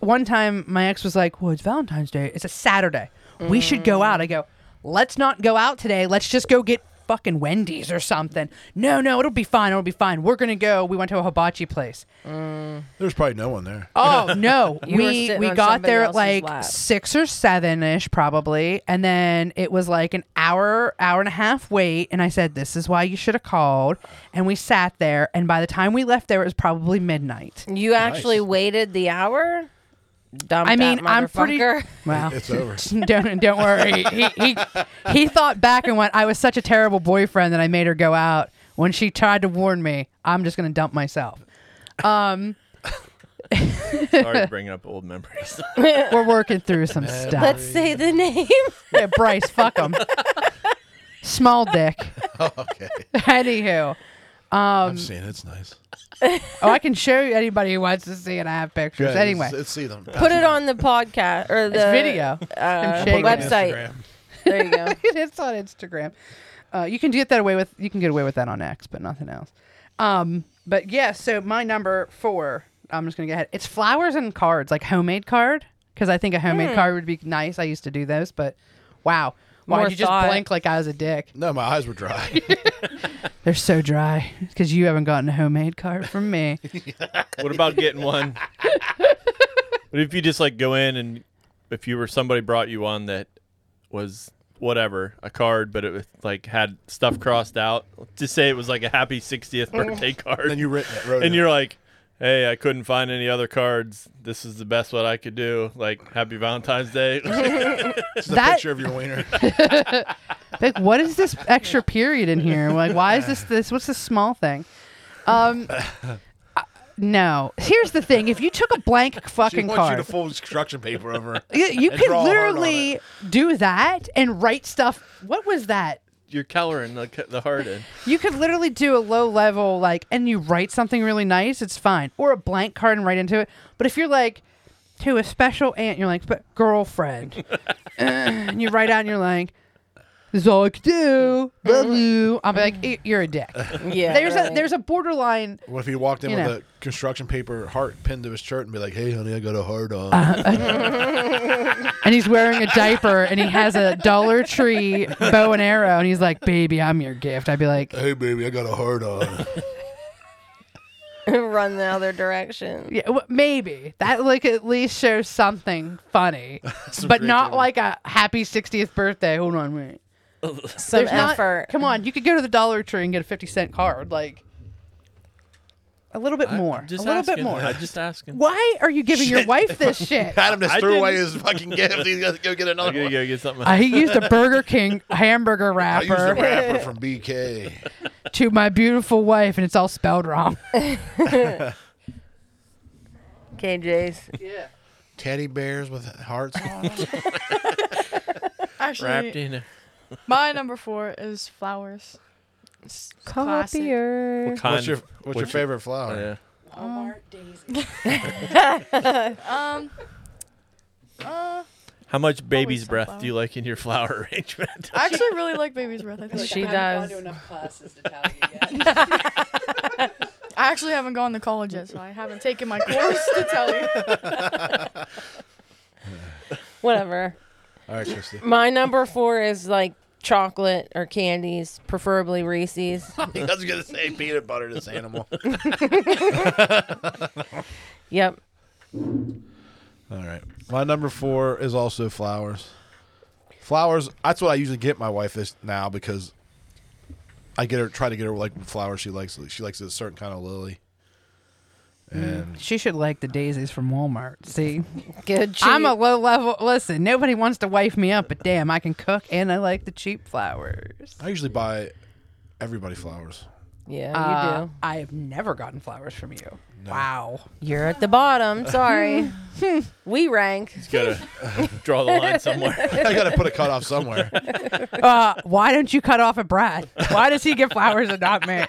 [SPEAKER 3] one time, my ex was like, "Well, it's Valentine's Day. It's a Saturday. We should go out." I go, "Let's not go out today. Let's just go get fucking Wendy's or something. No, no, it'll be fine. It'll be fine. We're gonna go. We went to a hibachi place.
[SPEAKER 1] There's probably no one there.
[SPEAKER 3] Oh no,
[SPEAKER 4] You were
[SPEAKER 3] we
[SPEAKER 4] sitting
[SPEAKER 3] we
[SPEAKER 4] on
[SPEAKER 3] got
[SPEAKER 4] somebody
[SPEAKER 3] there at
[SPEAKER 4] else's
[SPEAKER 3] like
[SPEAKER 4] lap.
[SPEAKER 3] six or seven ish probably, and then it was like an hour hour and a half wait, and I said this is why you should have called, and we sat there, and by the time we left there, it was probably midnight.
[SPEAKER 4] You actually waited the hour? Dump
[SPEAKER 3] I mean,
[SPEAKER 4] that
[SPEAKER 3] I'm pretty.
[SPEAKER 4] motherfucker.
[SPEAKER 3] Well,
[SPEAKER 1] It's over.
[SPEAKER 3] don't don't worry. He, he he thought back and went, "I was such a terrible boyfriend that I made her go out when she tried to warn me. I'm just gonna dump myself."
[SPEAKER 2] Sorry to bring up old memories.
[SPEAKER 3] We're working through some stuff.
[SPEAKER 4] Let's say the name.
[SPEAKER 3] yeah, Bryce, fuck him. Small dick.
[SPEAKER 1] Oh, okay.
[SPEAKER 3] Anywho, Um,
[SPEAKER 1] I've seen it. It's nice.
[SPEAKER 3] oh, I can show you anybody who wants to see it. I have pictures.
[SPEAKER 1] Yeah,
[SPEAKER 3] anyway,
[SPEAKER 1] it's, it's see them.
[SPEAKER 4] Put it on the podcast or the
[SPEAKER 3] it's video.
[SPEAKER 4] uh,
[SPEAKER 3] shaking.
[SPEAKER 4] website. There you go.
[SPEAKER 3] it's on Instagram. Uh, you can get that away with. You can get away with that on X, but nothing else. Um, but yeah. So my number four. I'm just gonna go ahead. It's flowers and cards, like homemade card, because I think a homemade
[SPEAKER 4] Hmm.
[SPEAKER 3] card would be nice. I used to do those, but wow, why
[SPEAKER 4] More
[SPEAKER 3] did you just
[SPEAKER 4] thought.
[SPEAKER 3] blink like I was a dick?
[SPEAKER 1] No, my eyes were dry.
[SPEAKER 3] They're so dry because you haven't gotten a homemade card from me.
[SPEAKER 2] what about getting one? What if you just like go in and if you were somebody brought you one that was whatever a card, but it was like had stuff crossed out. Just say it was like a happy 60th birthday card,
[SPEAKER 1] and you writ- wrote
[SPEAKER 2] and
[SPEAKER 1] it.
[SPEAKER 2] you're like, "Hey, I couldn't find any other cards. This is the best one I could do. Like, Happy Valentine's Day."
[SPEAKER 1] It's the
[SPEAKER 3] That-
[SPEAKER 1] picture of your wiener.
[SPEAKER 3] Like, what is this extra period in here? Like, why is this this? What's this small thing? Um, I- no. Here's the thing: if you took a blank
[SPEAKER 1] she
[SPEAKER 3] fucking
[SPEAKER 1] wants
[SPEAKER 3] card,
[SPEAKER 1] you to fold instruction paper over.
[SPEAKER 3] you, you
[SPEAKER 1] and
[SPEAKER 3] could
[SPEAKER 1] draw a heart on
[SPEAKER 3] literally do that and write stuff. What was that?
[SPEAKER 2] you're coloring the, the heart in.
[SPEAKER 3] You could literally do a low level like, and you write something really nice. It's fine, or a blank card and write into it. But if you're like to a special aunt, you're like, but girlfriend, Uh, and you write out, and you're like. This is all I could do. Love you. I'll be like, "Y- you're a dick.
[SPEAKER 4] Yeah.
[SPEAKER 3] there's
[SPEAKER 4] right.
[SPEAKER 3] a there's a borderline.
[SPEAKER 1] What if he walked in
[SPEAKER 3] You
[SPEAKER 1] with
[SPEAKER 3] know.
[SPEAKER 1] a construction paper heart pinned to his shirt and be like, "Hey, honey, I got a heart on."
[SPEAKER 3] Uh-huh. And he's wearing a diaper and he has a Dollar Tree bow and arrow and he's like, "Baby, I'm your gift." I'd be like,
[SPEAKER 1] hey, baby, I got a heart on.
[SPEAKER 4] run the other direction.
[SPEAKER 3] "Yeah, w- maybe that like at least shows something funny, but not
[SPEAKER 1] creativity.
[SPEAKER 3] like a happy 60th birthday." Hold on, wait.
[SPEAKER 4] Some
[SPEAKER 3] There's not-
[SPEAKER 4] effort.
[SPEAKER 3] come on, you could go to the Dollar Tree and get a 50 cent card, like a little bit more, a little bit more.
[SPEAKER 2] I'm just asking.
[SPEAKER 3] Why are you giving your wife this shit?
[SPEAKER 1] Adam just
[SPEAKER 2] I
[SPEAKER 1] threw away
[SPEAKER 2] didn't-
[SPEAKER 1] his fucking gift. He's got to go get
[SPEAKER 2] I'm
[SPEAKER 1] another
[SPEAKER 2] gonna
[SPEAKER 1] one.
[SPEAKER 2] go get something.
[SPEAKER 3] I used a Burger King hamburger
[SPEAKER 1] I used the
[SPEAKER 3] wrapper
[SPEAKER 1] wrapper from BK.
[SPEAKER 3] to my beautiful wife, and it's all spelled wrong.
[SPEAKER 4] KJ's.
[SPEAKER 3] Yeah.
[SPEAKER 1] Teddy bears with hearts on. it.
[SPEAKER 5] Actually,
[SPEAKER 2] wrapped in. a-
[SPEAKER 5] my number four is flowers. It's classic.
[SPEAKER 4] Copier.
[SPEAKER 2] Kind
[SPEAKER 1] what's your
[SPEAKER 2] of-
[SPEAKER 1] What's your favorite flower?
[SPEAKER 2] Yeah.
[SPEAKER 5] Um, uh,
[SPEAKER 2] How much baby's
[SPEAKER 5] some
[SPEAKER 2] breath
[SPEAKER 5] flower.
[SPEAKER 2] do you like in your flower arrangement?
[SPEAKER 5] I actually really like baby's breath. I think
[SPEAKER 4] She does.
[SPEAKER 5] I actually haven't gone to college yet, so I haven't taken my course to tell you.
[SPEAKER 4] Whatever.
[SPEAKER 1] All right, Christy.
[SPEAKER 4] My number four is like chocolate or candies, preferably Reese's.
[SPEAKER 1] I was gonna say peanut butter. This animal.
[SPEAKER 4] Yep.
[SPEAKER 1] All right. My number four is also flowers. Flowers. That's what I usually get my wife this now because I get her try to get her like flowers she likes. She likes a certain kind of lily. And
[SPEAKER 3] She should like the daisies from Walmart. See,
[SPEAKER 4] Good.
[SPEAKER 3] I'm a
[SPEAKER 4] cheap.
[SPEAKER 3] low level. Listen, nobody wants to wife me up, but damn, I can cook and I like the cheap flowers.
[SPEAKER 1] I usually buy everybody flowers.
[SPEAKER 4] Yeah,
[SPEAKER 3] Uh,
[SPEAKER 4] you do.
[SPEAKER 3] I have never gotten flowers from you. Wow.
[SPEAKER 4] You're at the bottom. Sorry. we rank.
[SPEAKER 2] Just gotta draw the line somewhere.
[SPEAKER 1] I gotta put a cutoff somewhere.
[SPEAKER 3] Uh, why don't you cut off at Brad? Why does he get flowers and not me?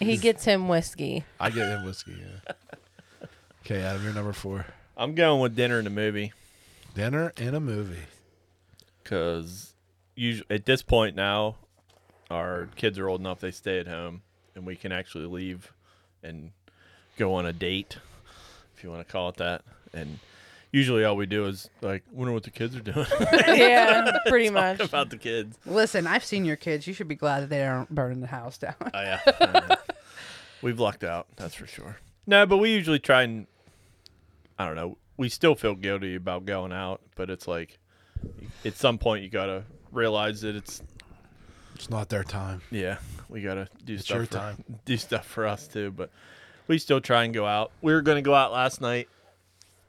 [SPEAKER 4] He gets him whiskey.
[SPEAKER 1] I get him whiskey. Yeah. Okay, Adam, you're number four.
[SPEAKER 2] I'm going with dinner and a movie
[SPEAKER 1] Dinner and a movie.
[SPEAKER 2] because usually at this point now, our kids are old enough they stay at home and we can actually leave and go on a date, if you want to call it that. And usually all we do is like wonder what the kids are doing
[SPEAKER 4] yeah, pretty much.
[SPEAKER 2] about the kids.
[SPEAKER 3] Listen, I've seen your kids. You should be glad that they aren't burning the house down.
[SPEAKER 2] Oh yeah, we've lucked out. That's for sure. No, but we usually try and I don't know. We still feel guilty about going out, but it's like at some point you gotta realize that it's
[SPEAKER 1] It's not their time.
[SPEAKER 2] yeah we gotta do
[SPEAKER 1] It's
[SPEAKER 2] stuff
[SPEAKER 1] your
[SPEAKER 2] for,
[SPEAKER 1] time.
[SPEAKER 2] do stuff for us too. But we still try and go out. We were gonna go out last night,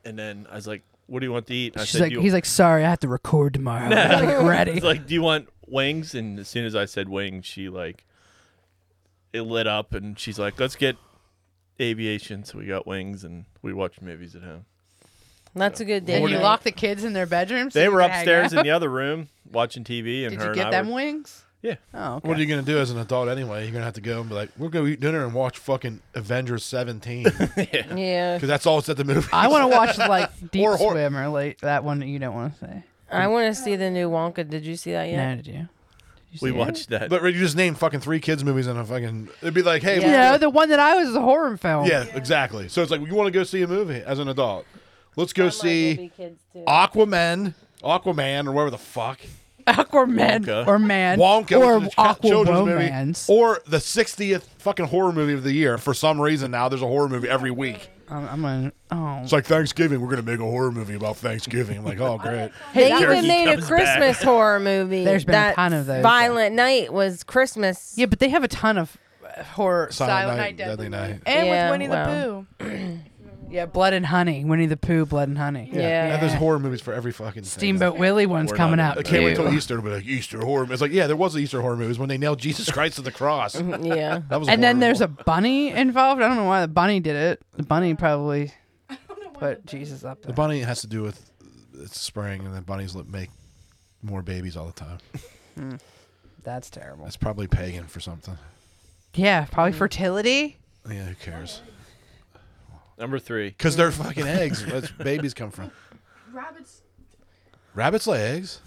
[SPEAKER 2] and then I was like, "What do you want to eat?" And I
[SPEAKER 3] She's
[SPEAKER 2] said,
[SPEAKER 3] like,
[SPEAKER 2] "You-
[SPEAKER 3] he's like, sorry, I have to record tomorrow. I gotta get ready.
[SPEAKER 2] It's like, do you want wings? And as soon as I said wings, she like it lit up, and she's like, let's get aviation. So we got wings, and we watched movies at home.
[SPEAKER 4] That's a good day.
[SPEAKER 3] and you
[SPEAKER 4] night.
[SPEAKER 3] lock the kids in their bedrooms. so
[SPEAKER 2] They
[SPEAKER 3] you
[SPEAKER 2] were
[SPEAKER 3] can hang
[SPEAKER 2] upstairs
[SPEAKER 3] out?
[SPEAKER 2] in the other room watching TV, and
[SPEAKER 3] Did
[SPEAKER 2] her
[SPEAKER 3] you
[SPEAKER 2] and
[SPEAKER 3] get
[SPEAKER 2] I
[SPEAKER 3] them
[SPEAKER 2] were-
[SPEAKER 3] wings?
[SPEAKER 2] yeah.
[SPEAKER 3] Oh, okay.
[SPEAKER 1] What are you gonna do as an adult anyway? You're gonna have to go and be like, "We're gonna eat dinner and watch fucking Avengers 17 because
[SPEAKER 4] Yeah,
[SPEAKER 1] that's all it's at the movie."
[SPEAKER 3] I want to watch like Deep
[SPEAKER 1] Or hor-
[SPEAKER 3] Swim or like that one that you don't want to say.
[SPEAKER 4] I want to see the new Wonka. Did you see that yet?
[SPEAKER 3] No, did you? Did you
[SPEAKER 2] We
[SPEAKER 3] see it?
[SPEAKER 2] watched that.
[SPEAKER 1] But you just name fucking three kids movies and a fucking. It'd be like, "Hey,
[SPEAKER 3] You
[SPEAKER 1] yeah,
[SPEAKER 3] know, the one that I was is a horror film.
[SPEAKER 1] exactly." So it's like, you want to go see a movie as an adult? Let's go see
[SPEAKER 4] kids too.
[SPEAKER 1] Aquaman, Aquaman, or whatever the fuck,
[SPEAKER 3] Aquaman
[SPEAKER 2] Wonka.
[SPEAKER 3] or Man
[SPEAKER 1] Wonka,
[SPEAKER 3] or
[SPEAKER 1] which is a ch- children's
[SPEAKER 3] Aquawomans.
[SPEAKER 1] movie, Oh. or the 60th fucking horror movie of the year. For some reason now, there's a horror movie every week.
[SPEAKER 3] I'm, I'm gonna. Oh,
[SPEAKER 1] It's like Thanksgiving. We're gonna make a horror movie about Thanksgiving. I'm like, oh great.
[SPEAKER 4] They
[SPEAKER 3] Hey,
[SPEAKER 4] even
[SPEAKER 2] Jerky
[SPEAKER 4] made a
[SPEAKER 2] comes
[SPEAKER 4] Christmas horror movie.
[SPEAKER 3] There's been a
[SPEAKER 4] that
[SPEAKER 3] ton of those.
[SPEAKER 4] Violent Night was Christmas.
[SPEAKER 3] yeah, but they have a ton of uh, horror.
[SPEAKER 1] Silent Night, Deadly Night.
[SPEAKER 5] And
[SPEAKER 4] Yeah,
[SPEAKER 5] with Winnie
[SPEAKER 4] wow.
[SPEAKER 5] the Pooh.
[SPEAKER 3] Yeah, Blood and Honey, Winnie the Pooh, Blood and Honey.
[SPEAKER 4] Yeah.
[SPEAKER 1] And there's horror movies for every fucking thing.
[SPEAKER 3] Steamboat Willie one's
[SPEAKER 2] We're not
[SPEAKER 3] coming
[SPEAKER 2] in
[SPEAKER 1] I
[SPEAKER 3] out.
[SPEAKER 2] that.
[SPEAKER 1] can't wait till
[SPEAKER 3] too.
[SPEAKER 1] Easter to be like Easter horror. It's like, yeah, there was an Easter horror movie. It was when they nailed Jesus Christ to the cross. That
[SPEAKER 4] yeah.
[SPEAKER 1] was
[SPEAKER 3] Mm-hmm. And then
[SPEAKER 1] horrible.
[SPEAKER 3] there's a bunny involved. I don't know why the bunny did it. The bunny probably put Jesus up
[SPEAKER 1] the
[SPEAKER 3] there.
[SPEAKER 1] bunny has to do with it's spring, and the bunnies li- make more babies all the time.
[SPEAKER 3] That's terrible.
[SPEAKER 1] That's probably pagan for something.
[SPEAKER 3] Yeah, probably
[SPEAKER 1] Mm.
[SPEAKER 3] fertility.
[SPEAKER 1] Yeah, who cares?
[SPEAKER 2] Number three.
[SPEAKER 1] Because they're fucking eggs. That's where babies come from.
[SPEAKER 5] Rabbits.
[SPEAKER 1] Rabbits lay eggs.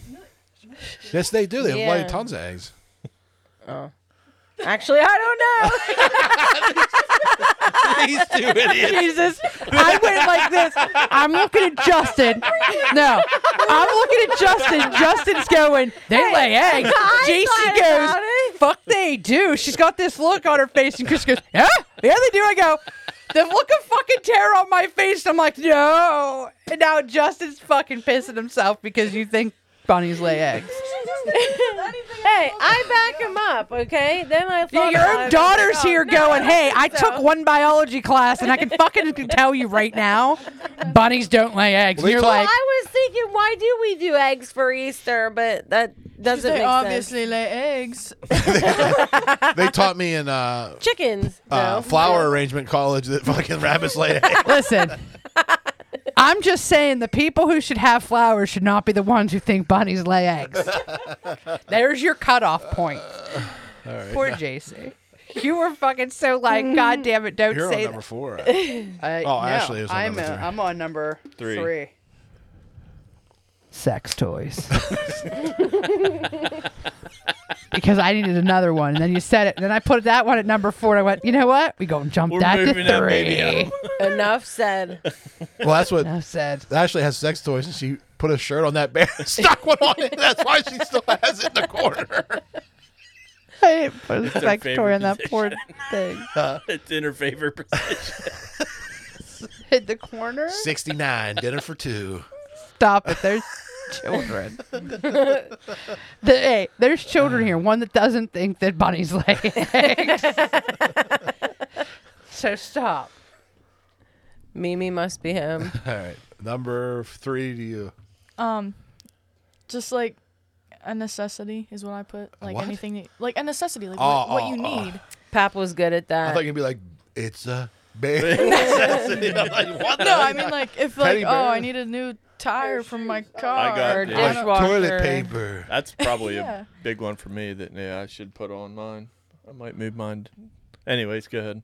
[SPEAKER 1] Yes, they do. They lay
[SPEAKER 4] Yeah.
[SPEAKER 1] tons of eggs.
[SPEAKER 4] Oh. Actually, I don't know.
[SPEAKER 1] These two idiots.
[SPEAKER 3] Jesus, I went like this. I'm looking at Justin. No, I'm looking at Justin. Justin's going. They lay eggs.
[SPEAKER 4] I
[SPEAKER 3] JC
[SPEAKER 4] thought
[SPEAKER 3] goes.
[SPEAKER 4] about it.
[SPEAKER 3] Fuck, they do. She's got this look on her face, and Chris goes, Yeah, yeah, they do. I go, The look of fucking terror on my face. I'm like, No. And now Justin's fucking pissing himself because you think bunnies lay eggs.
[SPEAKER 4] hey, I back him up, okay? Then I
[SPEAKER 3] Yeah,
[SPEAKER 4] thought
[SPEAKER 3] your
[SPEAKER 4] about it.
[SPEAKER 3] own daughter's
[SPEAKER 4] No,
[SPEAKER 3] here
[SPEAKER 4] Oh, no,
[SPEAKER 3] going,
[SPEAKER 4] I
[SPEAKER 3] Hey,
[SPEAKER 4] don't
[SPEAKER 3] I
[SPEAKER 4] think
[SPEAKER 3] took
[SPEAKER 4] so."
[SPEAKER 3] one biology class, and I can fucking tell you right now, bunnies don't lay eggs.
[SPEAKER 1] Well, they
[SPEAKER 3] And you're
[SPEAKER 1] told-
[SPEAKER 3] like,
[SPEAKER 4] I was thinking, why do we do eggs for Easter? But that doesn't
[SPEAKER 5] They
[SPEAKER 4] make
[SPEAKER 5] obviously
[SPEAKER 4] sense.
[SPEAKER 5] lay eggs.
[SPEAKER 1] They taught me in uh,
[SPEAKER 4] Chickens.
[SPEAKER 1] uh,
[SPEAKER 4] no.
[SPEAKER 1] flower arrangement college that fucking rabbits lay eggs.
[SPEAKER 3] Listen. I'm just saying the people who should have flowers should not be the ones who think bunnies lay eggs. There's your cutoff point. Poor JC. You were fucking so like, God damn it, don't
[SPEAKER 1] You're on
[SPEAKER 3] say Uh,
[SPEAKER 1] number four. I
[SPEAKER 3] that.
[SPEAKER 1] Oh, Ashley is on
[SPEAKER 3] I'm,
[SPEAKER 1] number three.
[SPEAKER 3] I'm on number
[SPEAKER 2] Three.
[SPEAKER 3] Sex toys. because I needed another one. And then you said it. And then I put that one at number four. And I went, you know what? we going to jump
[SPEAKER 2] We're
[SPEAKER 3] that to
[SPEAKER 2] moving that
[SPEAKER 3] three.
[SPEAKER 2] baby
[SPEAKER 4] Enough said.
[SPEAKER 1] well, that's what
[SPEAKER 3] Enough said.
[SPEAKER 1] Ashley has sex toys, and she put a shirt on that bear and stuck one on it. That's why she still has it in the corner.
[SPEAKER 3] I didn't put a sex
[SPEAKER 2] favorite
[SPEAKER 3] toy on that poor thing.
[SPEAKER 2] it's in her favorite position.
[SPEAKER 3] Hit the corner.
[SPEAKER 1] 69, dinner for two.
[SPEAKER 3] Stop it. There's children. The- hey, there's children here. One that doesn't think that bunnies lay eggs. so stop.
[SPEAKER 4] Mimi must be him.
[SPEAKER 1] All right. Number three to you.
[SPEAKER 5] Um, just like a necessity is what I put. Like
[SPEAKER 1] what?
[SPEAKER 5] anything, that, like a necessity, like
[SPEAKER 1] Oh,
[SPEAKER 5] what, what
[SPEAKER 1] oh,
[SPEAKER 5] you
[SPEAKER 1] oh.
[SPEAKER 5] need.
[SPEAKER 4] Pap was good at
[SPEAKER 1] I
[SPEAKER 4] that.
[SPEAKER 1] thought you'd be like, it's a bear. I'm like, what the?
[SPEAKER 5] No, I mean like if like
[SPEAKER 1] Teddy
[SPEAKER 5] oh I
[SPEAKER 1] bear.
[SPEAKER 5] need a new tire for my car.
[SPEAKER 2] I got
[SPEAKER 4] or
[SPEAKER 2] Yeah.
[SPEAKER 4] dishwasher.
[SPEAKER 1] Toilet paper.
[SPEAKER 2] That's probably
[SPEAKER 5] Yeah.
[SPEAKER 2] a big one for me that yeah I should put on mine. I might move mine. Anyways, go ahead.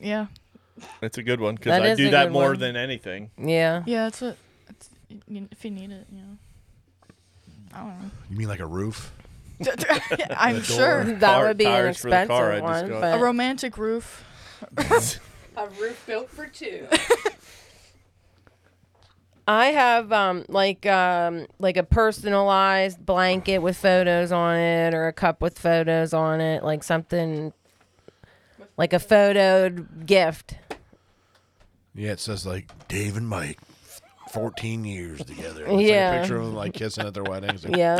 [SPEAKER 5] Yeah,
[SPEAKER 2] It's a good one because
[SPEAKER 4] That
[SPEAKER 2] I
[SPEAKER 4] is
[SPEAKER 2] do
[SPEAKER 4] a
[SPEAKER 2] that
[SPEAKER 4] good
[SPEAKER 2] more
[SPEAKER 4] one.
[SPEAKER 2] than anything.
[SPEAKER 4] Yeah.
[SPEAKER 5] yeah, that's what. It's, y- y- if you need it, you know. I don't know.
[SPEAKER 1] You mean like a roof?
[SPEAKER 5] Yeah, I'm
[SPEAKER 1] The
[SPEAKER 5] sure.
[SPEAKER 1] door.
[SPEAKER 4] That
[SPEAKER 2] Car-
[SPEAKER 4] would be an
[SPEAKER 2] tires for the
[SPEAKER 4] expensive
[SPEAKER 2] car I just
[SPEAKER 4] one.
[SPEAKER 2] got.
[SPEAKER 5] A
[SPEAKER 4] But
[SPEAKER 5] romantic roof.
[SPEAKER 3] A roof built for two.
[SPEAKER 4] I have um like um like a personalized blanket with photos on it or a cup with photos on it, like something like a photoed gift.
[SPEAKER 1] Yeah, it says like Dave and Mike, fourteen years together.
[SPEAKER 4] Yeah.
[SPEAKER 1] like a picture of them like kissing at their wedding. It's like,
[SPEAKER 4] Yeah.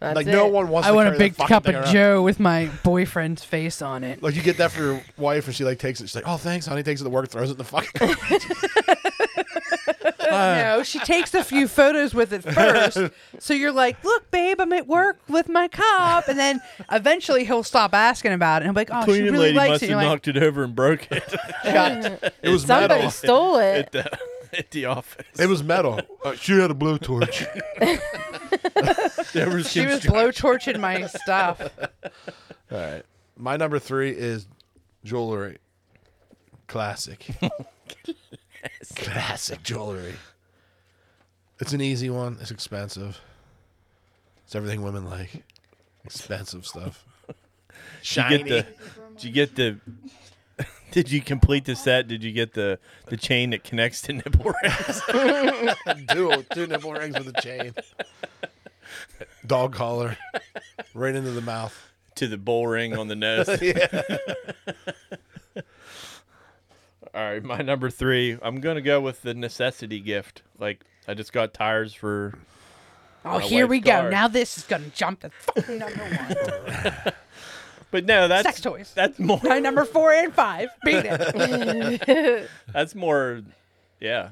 [SPEAKER 4] That's
[SPEAKER 1] like no
[SPEAKER 4] it.
[SPEAKER 1] one wants.
[SPEAKER 3] I
[SPEAKER 1] to
[SPEAKER 3] want a
[SPEAKER 1] carry that
[SPEAKER 3] big
[SPEAKER 1] fucking
[SPEAKER 3] cup
[SPEAKER 1] thing
[SPEAKER 3] of
[SPEAKER 1] around.
[SPEAKER 3] Joe with my boyfriend's face on it.
[SPEAKER 1] Like you get that for your wife, and she like takes it. She's like, "Oh, thanks, honey." Takes it to work, throws it in the fucking.
[SPEAKER 3] no, she takes a few photos with it first. So you're like, look, babe, I'm at work with my cup. And then eventually he'll stop asking about it. And he'll be like, oh, she
[SPEAKER 2] Cleaning
[SPEAKER 3] really
[SPEAKER 2] lady
[SPEAKER 3] likes
[SPEAKER 2] must
[SPEAKER 3] it.
[SPEAKER 2] have
[SPEAKER 3] And You're like,
[SPEAKER 2] knocked it over and broke it
[SPEAKER 3] shut.
[SPEAKER 1] it was
[SPEAKER 4] Somebody
[SPEAKER 1] metal.
[SPEAKER 4] stole it.
[SPEAKER 2] at the at the office.
[SPEAKER 1] It was metal. Uh, she had a blowtorch.
[SPEAKER 2] There was
[SPEAKER 3] She was
[SPEAKER 2] constru-
[SPEAKER 3] blowtorching my stuff.
[SPEAKER 1] All right, my number three is jewelry. Classic. Classic jewelry. It's an easy one. It's expensive. It's everything women like. Expensive stuff.
[SPEAKER 2] Did you get the? Did you get the? Did you complete the set? Did you get the the chain that connects to nipple rings?
[SPEAKER 1] Dual, two nipple rings with a chain. Dog collar. Right into the mouth.
[SPEAKER 2] to the bull ring on the nose. All right, my number three. I'm gonna go with the necessity gift. Like I just got tires for
[SPEAKER 3] Oh,
[SPEAKER 2] My
[SPEAKER 3] here
[SPEAKER 2] wife's
[SPEAKER 3] we go.
[SPEAKER 2] car.
[SPEAKER 3] Now this is going to jump to fucking number one.
[SPEAKER 2] But no, that's
[SPEAKER 3] Sex toys.
[SPEAKER 2] That's more.
[SPEAKER 3] My number four and five. Beat it.
[SPEAKER 2] That's more. Yeah,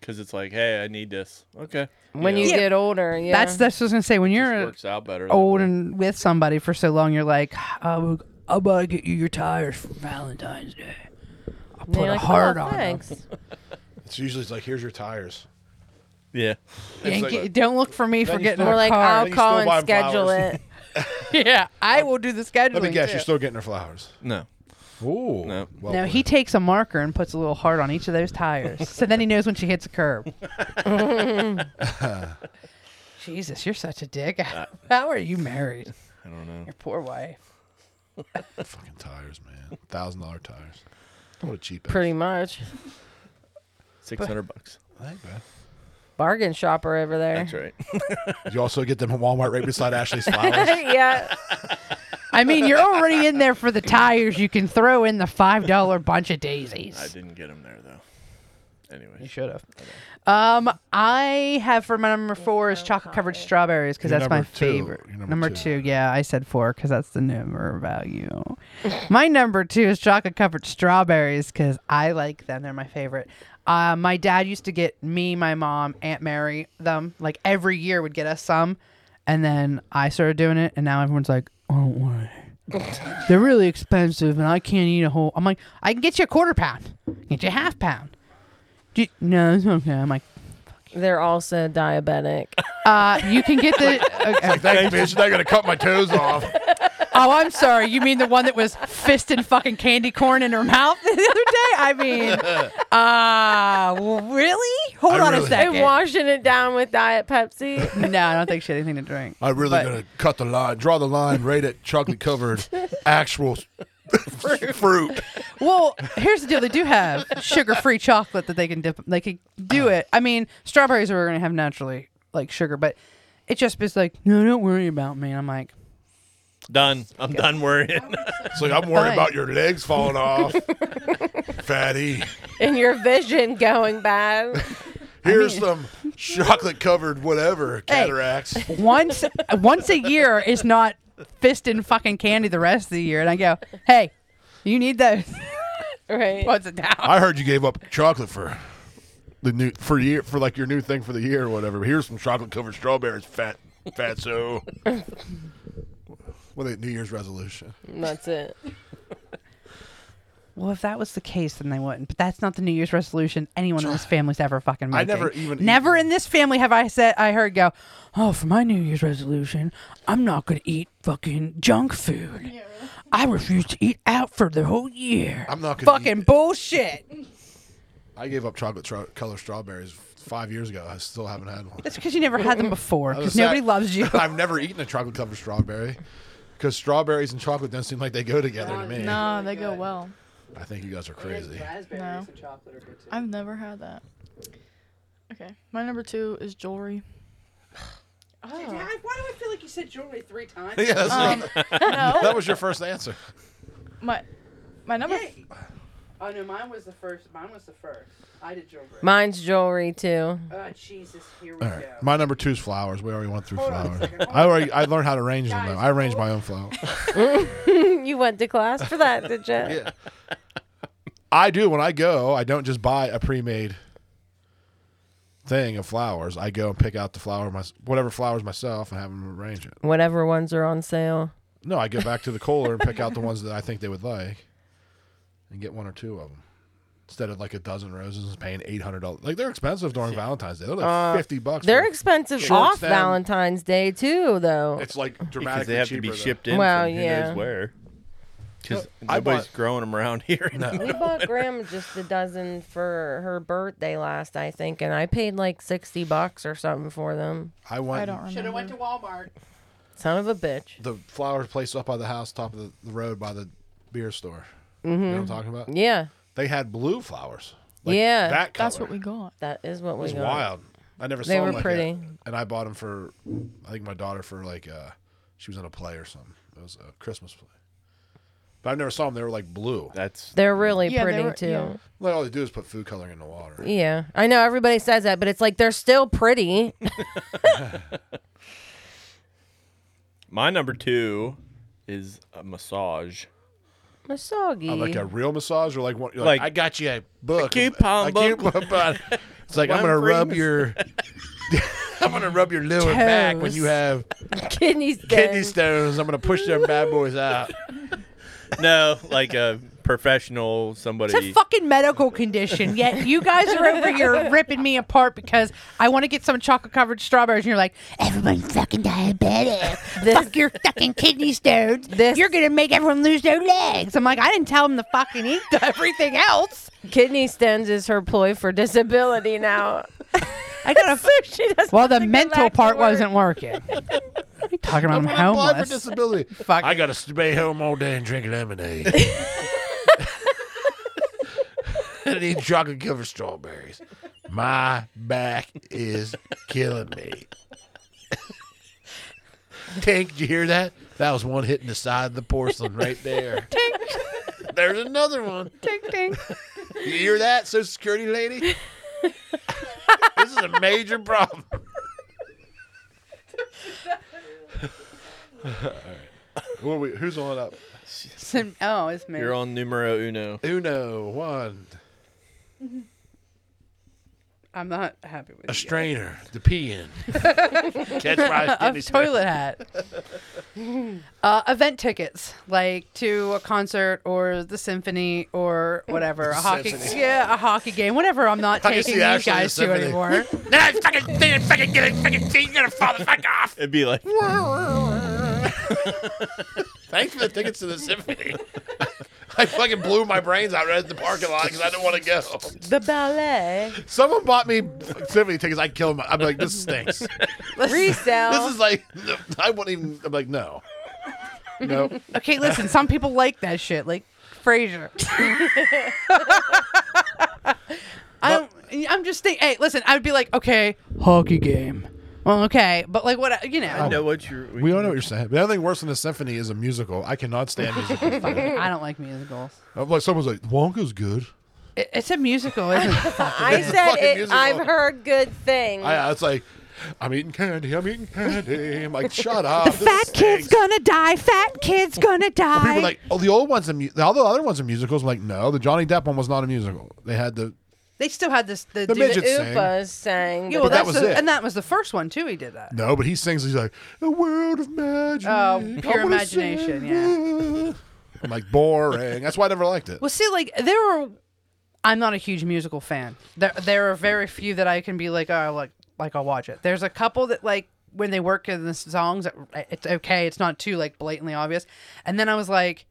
[SPEAKER 2] because it's like, hey, I need this. Okay,
[SPEAKER 4] when
[SPEAKER 2] know,
[SPEAKER 4] you
[SPEAKER 2] it
[SPEAKER 3] Yeah.
[SPEAKER 4] get older, yeah.
[SPEAKER 3] That's, that's what I was going to say. When
[SPEAKER 2] just
[SPEAKER 3] you're
[SPEAKER 2] works out better. that
[SPEAKER 3] old
[SPEAKER 2] way.
[SPEAKER 3] and with somebody for so long, you're like, I'm about to get you your tires for Valentine's Day. I'll
[SPEAKER 4] And
[SPEAKER 3] put
[SPEAKER 4] you're
[SPEAKER 3] a
[SPEAKER 4] like, oh,
[SPEAKER 3] heart on 'em.
[SPEAKER 4] thanks.
[SPEAKER 1] It's usually it's like, here's your tires.
[SPEAKER 2] yeah.
[SPEAKER 3] Yeah,
[SPEAKER 1] like-
[SPEAKER 3] get- don't look for me
[SPEAKER 1] Then
[SPEAKER 3] for
[SPEAKER 1] you
[SPEAKER 3] getting
[SPEAKER 1] still-
[SPEAKER 3] a
[SPEAKER 4] We're like,
[SPEAKER 3] car.
[SPEAKER 1] Then
[SPEAKER 4] I'll
[SPEAKER 1] you
[SPEAKER 4] call
[SPEAKER 1] still
[SPEAKER 4] and
[SPEAKER 1] buy 'em
[SPEAKER 4] schedule
[SPEAKER 1] flowers.
[SPEAKER 4] it.
[SPEAKER 3] yeah, I will do the scheduling.
[SPEAKER 1] Let me guess,
[SPEAKER 3] too.
[SPEAKER 1] you're still getting her flowers.
[SPEAKER 2] No.
[SPEAKER 1] Ooh.
[SPEAKER 2] No.
[SPEAKER 1] Well
[SPEAKER 3] no,
[SPEAKER 1] put.
[SPEAKER 3] he takes a marker and puts a little heart on each of those tires, so then he knows when she hits a curb. Jesus, you're such a dick. How are you married?
[SPEAKER 2] I don't know.
[SPEAKER 3] Your poor wife.
[SPEAKER 1] fucking tires, man. Thousand dollar tires. What a cheap. ass-
[SPEAKER 4] Pretty much.
[SPEAKER 2] Six hundred bucks.
[SPEAKER 1] Thank you, man.
[SPEAKER 4] Bargain shopper over there.
[SPEAKER 2] That's right.
[SPEAKER 1] You also get them at Walmart right beside Ashley's flowers.
[SPEAKER 4] yeah.
[SPEAKER 3] I mean, you're already in there for the tires. You can throw in the five dollar bunch of daisies.
[SPEAKER 2] I didn't get them there though.
[SPEAKER 3] You
[SPEAKER 2] Anyway,
[SPEAKER 3] should have. Um, I have for my number four is chocolate covered strawberries because
[SPEAKER 1] Your
[SPEAKER 3] that's my
[SPEAKER 1] number two.
[SPEAKER 3] favorite.
[SPEAKER 1] Your number
[SPEAKER 3] Number
[SPEAKER 1] two.
[SPEAKER 3] two, yeah, I said four because that's the number value. my number two is chocolate covered strawberries because I like them. They're my favorite. Uh, my dad used to get me, my mom, Aunt Mary them like every year would get us some, and then I started doing it, and now everyone's like, I don't want it. They're really expensive, and I can't eat a whole. I'm like, I can get you a quarter pound, get you a half pound. Do- no, it's okay. I'm like,
[SPEAKER 4] They're also diabetic.
[SPEAKER 3] uh, you can get the. okay.
[SPEAKER 1] Thanks, bitch. Now I gotta cut my toes off.
[SPEAKER 3] Oh, I'm sorry. You mean the one that was fisting fucking candy corn in her mouth the other day? I mean, uh, really? Hold
[SPEAKER 1] I
[SPEAKER 3] on
[SPEAKER 1] really-
[SPEAKER 3] a
[SPEAKER 4] and
[SPEAKER 3] second.
[SPEAKER 4] washing it down with Diet Pepsi.
[SPEAKER 3] no, I don't think she had anything to drink.
[SPEAKER 1] I really
[SPEAKER 3] But-
[SPEAKER 1] gonna cut the line, draw the line right at chocolate covered actual fruit. fruit.
[SPEAKER 3] Well, here's the deal: they do have sugar-free chocolate that they can dip. They could
[SPEAKER 1] Oh.
[SPEAKER 3] do it. I mean, strawberries are going to have naturally like sugar, but it just is like, no, don't worry about me. I'm like,
[SPEAKER 2] done. I'm done worrying.
[SPEAKER 1] It's like I'm worried
[SPEAKER 3] Fine.
[SPEAKER 1] about your legs falling off, fatty.
[SPEAKER 4] and your vision going bad.
[SPEAKER 1] Here's some chocolate covered whatever cataracts.
[SPEAKER 3] once once a year is not fisting fucking candy the rest of the year. And I go, hey, you need those.
[SPEAKER 4] Right.
[SPEAKER 3] What's it down?
[SPEAKER 1] I heard you gave up chocolate for the new for year for like your new thing for the year or whatever. Here's some chocolate covered strawberries, fat fatso. What a New Year's resolution.
[SPEAKER 4] That's it.
[SPEAKER 3] Well, if that was the case, then they wouldn't. But that's not the New Year's resolution anyone in this family's ever fucking making.
[SPEAKER 1] I never even-
[SPEAKER 3] never in this family have I said I heard go, oh, for my New Year's resolution, I'm not gonna eat fucking junk food. I refuse to eat out for the whole year.
[SPEAKER 1] I'm not gonna
[SPEAKER 3] fucking bullshit.
[SPEAKER 1] I gave up chocolate tra- colored strawberries five years ago. I still haven't had one.
[SPEAKER 3] That's because you never had them before.
[SPEAKER 1] I was
[SPEAKER 3] Because
[SPEAKER 1] sad-
[SPEAKER 3] nobody loves you.
[SPEAKER 1] I've never eaten a chocolate covered strawberry because strawberries and chocolate don't seem like they go together to me.
[SPEAKER 5] Nah, they go well.
[SPEAKER 1] I think you guys are crazy.
[SPEAKER 5] No. I've never had that. Okay. My number two is jewelry.
[SPEAKER 3] Why do I feel like you said jewelry three times?
[SPEAKER 1] yeah, that's
[SPEAKER 5] Um, no.
[SPEAKER 1] that was your first answer.
[SPEAKER 5] My my number
[SPEAKER 3] Yay. Oh no, mine was the first. Mine was the first. I did jewelry.
[SPEAKER 4] Mine's jewelry too.
[SPEAKER 3] oh Jesus, here we
[SPEAKER 1] All
[SPEAKER 3] go.
[SPEAKER 1] right. My number two is flowers. We already went through
[SPEAKER 3] Hold on a
[SPEAKER 1] flowers.
[SPEAKER 3] second, hold
[SPEAKER 1] I already I learned how to arrange them.
[SPEAKER 3] Guys,
[SPEAKER 1] Though. I arranged my own flowers.
[SPEAKER 4] you went to class for that, did you?
[SPEAKER 1] yeah. I do when I go. I don't just buy a pre-made thing of flowers. I go and pick out the flower, my whatever flowers myself, and have them arrange it.
[SPEAKER 4] Whatever ones are on sale.
[SPEAKER 1] No, I go back to the cooler and pick out the ones that I think they would like, and get one or two of them instead of like a dozen roses and paying eight hundred dollars. Like they're expensive during Valentine's Day. They're like
[SPEAKER 4] Uh,
[SPEAKER 1] fifty bucks.
[SPEAKER 4] They're
[SPEAKER 1] for-
[SPEAKER 4] expensive
[SPEAKER 1] Shorts
[SPEAKER 4] off
[SPEAKER 1] then.
[SPEAKER 4] Valentine's Day too, though.
[SPEAKER 1] it's like
[SPEAKER 2] because
[SPEAKER 1] dramatically
[SPEAKER 2] they have
[SPEAKER 1] cheaper.
[SPEAKER 2] to be
[SPEAKER 1] though.
[SPEAKER 2] shipped in
[SPEAKER 4] Well,
[SPEAKER 2] from who
[SPEAKER 4] yeah.
[SPEAKER 2] knows where. Because
[SPEAKER 1] I
[SPEAKER 2] nobody's
[SPEAKER 1] bought-
[SPEAKER 2] growing them around here.
[SPEAKER 4] we bought Grandma just a dozen for her birthday last, I think, and I paid like sixty bucks or something for them.
[SPEAKER 1] I went.
[SPEAKER 5] I don't remember.
[SPEAKER 3] Should have went to Walmart.
[SPEAKER 4] Son of a bitch.
[SPEAKER 1] the flower place up by the house, top of the, the road by the beer store. You know
[SPEAKER 5] Mm-hmm.
[SPEAKER 1] what I'm talking about?
[SPEAKER 4] Yeah,
[SPEAKER 1] They had blue flowers.
[SPEAKER 4] Yeah.
[SPEAKER 1] that color.
[SPEAKER 5] That's what we got.
[SPEAKER 4] that is what
[SPEAKER 1] It
[SPEAKER 4] we
[SPEAKER 1] was
[SPEAKER 4] got.
[SPEAKER 1] wild. I never
[SPEAKER 4] They
[SPEAKER 1] saw
[SPEAKER 4] were
[SPEAKER 1] them like
[SPEAKER 4] pretty.
[SPEAKER 1] that. And I bought them for, I think my daughter for like, uh, she was in a play or something. It was a Christmas play. But I never saw them. They were like blue.
[SPEAKER 2] That's
[SPEAKER 4] They're really
[SPEAKER 5] Yeah, they
[SPEAKER 4] pretty
[SPEAKER 5] were-
[SPEAKER 4] too.
[SPEAKER 5] yeah.
[SPEAKER 1] Like all they do is put food coloring in the water.
[SPEAKER 4] Yeah, I know everybody says that, but it's like they're still pretty.
[SPEAKER 2] my number two is a massage.
[SPEAKER 4] Masagi.
[SPEAKER 1] Uh, like a real massage or like one? You're
[SPEAKER 2] Like,
[SPEAKER 1] like, I got you a book.
[SPEAKER 2] a coupon
[SPEAKER 1] A
[SPEAKER 2] book.
[SPEAKER 1] coupon. It's like I'm
[SPEAKER 2] One
[SPEAKER 1] gonna
[SPEAKER 2] free
[SPEAKER 1] rub
[SPEAKER 2] mas-
[SPEAKER 1] your. I'm gonna rub your lower back when you
[SPEAKER 4] Toes.
[SPEAKER 1] have
[SPEAKER 4] kidney
[SPEAKER 1] kidney
[SPEAKER 4] stone.
[SPEAKER 1] stones. I'm gonna push them bad boys out.
[SPEAKER 2] no, like a professional
[SPEAKER 3] It's a
[SPEAKER 2] somebody.
[SPEAKER 3] fucking medical condition. Yet you guys are over here ripping me apart because I want to get some chocolate covered strawberries, and you're like, everyone's fucking diabetic. Fuck your fucking kidney stones.
[SPEAKER 4] This-
[SPEAKER 3] you're gonna make everyone lose their legs. I'm like, I didn't tell them to fucking eat everything else.
[SPEAKER 4] Kidney stones is her ploy for disability now. I gotta. so she doesn't
[SPEAKER 3] Well, the
[SPEAKER 4] have to go
[SPEAKER 3] mental
[SPEAKER 4] back to
[SPEAKER 3] part
[SPEAKER 4] work.
[SPEAKER 3] wasn't working. Talking about
[SPEAKER 1] I'm gonna
[SPEAKER 3] I'm
[SPEAKER 1] apply for
[SPEAKER 3] homeless.
[SPEAKER 1] disability.
[SPEAKER 3] Fuck.
[SPEAKER 1] I gotta stay home all day and drink lemonade. and eat chocolate covered strawberries. My back is killing me. Tank, did you hear that? That was one hitting the side of the porcelain right there. There's another one.
[SPEAKER 3] Ding, ding.
[SPEAKER 1] You hear that, Social Security lady? this is a major problem. All right. What are we, who's on up?
[SPEAKER 3] Some- oh, it's me.
[SPEAKER 2] You're on numero uno.
[SPEAKER 1] Uno, one,
[SPEAKER 3] I'm not happy with
[SPEAKER 1] a
[SPEAKER 3] you.
[SPEAKER 1] strainer, the pee in. Catch my
[SPEAKER 3] a
[SPEAKER 1] kidney strain.
[SPEAKER 3] toilet hat. uh, event tickets, like to a concert or the symphony or whatever, a hockey,
[SPEAKER 1] Symphony.
[SPEAKER 3] yeah, a hockey game, whatever. I'm not
[SPEAKER 1] I can see
[SPEAKER 3] taking you
[SPEAKER 1] Ashley in
[SPEAKER 3] guys
[SPEAKER 1] the
[SPEAKER 3] to
[SPEAKER 1] symphony.
[SPEAKER 3] anymore.
[SPEAKER 1] Nah, fucking, did fucking get it, fucking see, you're gonna fall the fuck off.
[SPEAKER 2] It'd be like
[SPEAKER 1] Thanks for the tickets to the symphony. I fucking blew my brains out right at the parking lot because I didn't want to go.
[SPEAKER 4] The ballet
[SPEAKER 1] Someone bought me symphony tickets. I killed my. I'm like, this stinks.
[SPEAKER 4] resale.
[SPEAKER 1] This is like I wouldn't even. I'm like, no, no.
[SPEAKER 3] Okay, listen, some people like that shit, like Frasier. I'm, I'm just thinking. Hey, listen, I'd be like, okay, hockey game. Well, okay, but like what you
[SPEAKER 2] I
[SPEAKER 3] know,
[SPEAKER 2] know what you're.
[SPEAKER 1] We all know what you're saying. The other thing worse than a symphony is a musical. I cannot stand musicals.
[SPEAKER 3] I don't like musicals.
[SPEAKER 1] I'm like, someone's like, Wonka's good.
[SPEAKER 3] It, it's a musical, isn't it?
[SPEAKER 4] I said
[SPEAKER 1] fucking
[SPEAKER 4] it.
[SPEAKER 1] musical.
[SPEAKER 4] I've heard good things.
[SPEAKER 1] I, it's like, I'm eating candy. I'm eating candy. I'm like, shut up. this
[SPEAKER 3] Fat kid's
[SPEAKER 1] stinks."
[SPEAKER 3] gonna die. Fat kid's gonna die.
[SPEAKER 1] People are like, oh, the old ones, a mu- all the other ones are musicals. I'm like, no, the Johnny Depp one was not a musical. They had the
[SPEAKER 3] they still had this. The,
[SPEAKER 1] The
[SPEAKER 3] dude-
[SPEAKER 1] midget-
[SPEAKER 4] the
[SPEAKER 1] sang.
[SPEAKER 4] Upas sang.
[SPEAKER 3] Yeah,
[SPEAKER 4] but
[SPEAKER 3] well,
[SPEAKER 1] that
[SPEAKER 3] that's
[SPEAKER 1] was
[SPEAKER 3] the,
[SPEAKER 1] it.
[SPEAKER 3] and that was the first one too. He did that.
[SPEAKER 1] no, but he sings. He's like, a world of magic.
[SPEAKER 3] Oh,
[SPEAKER 1] I
[SPEAKER 3] pure
[SPEAKER 1] wanna sing
[SPEAKER 3] imagination, yeah.
[SPEAKER 1] it." I'm like, boring. That's why I never liked it.
[SPEAKER 3] Well, see, like there were. I'm not a huge musical fan. There, there are very few that I can be like, oh, like, like I'll watch it. There's a couple that like when they work in the songs, it's okay. It's not too like blatantly obvious. And then I was like,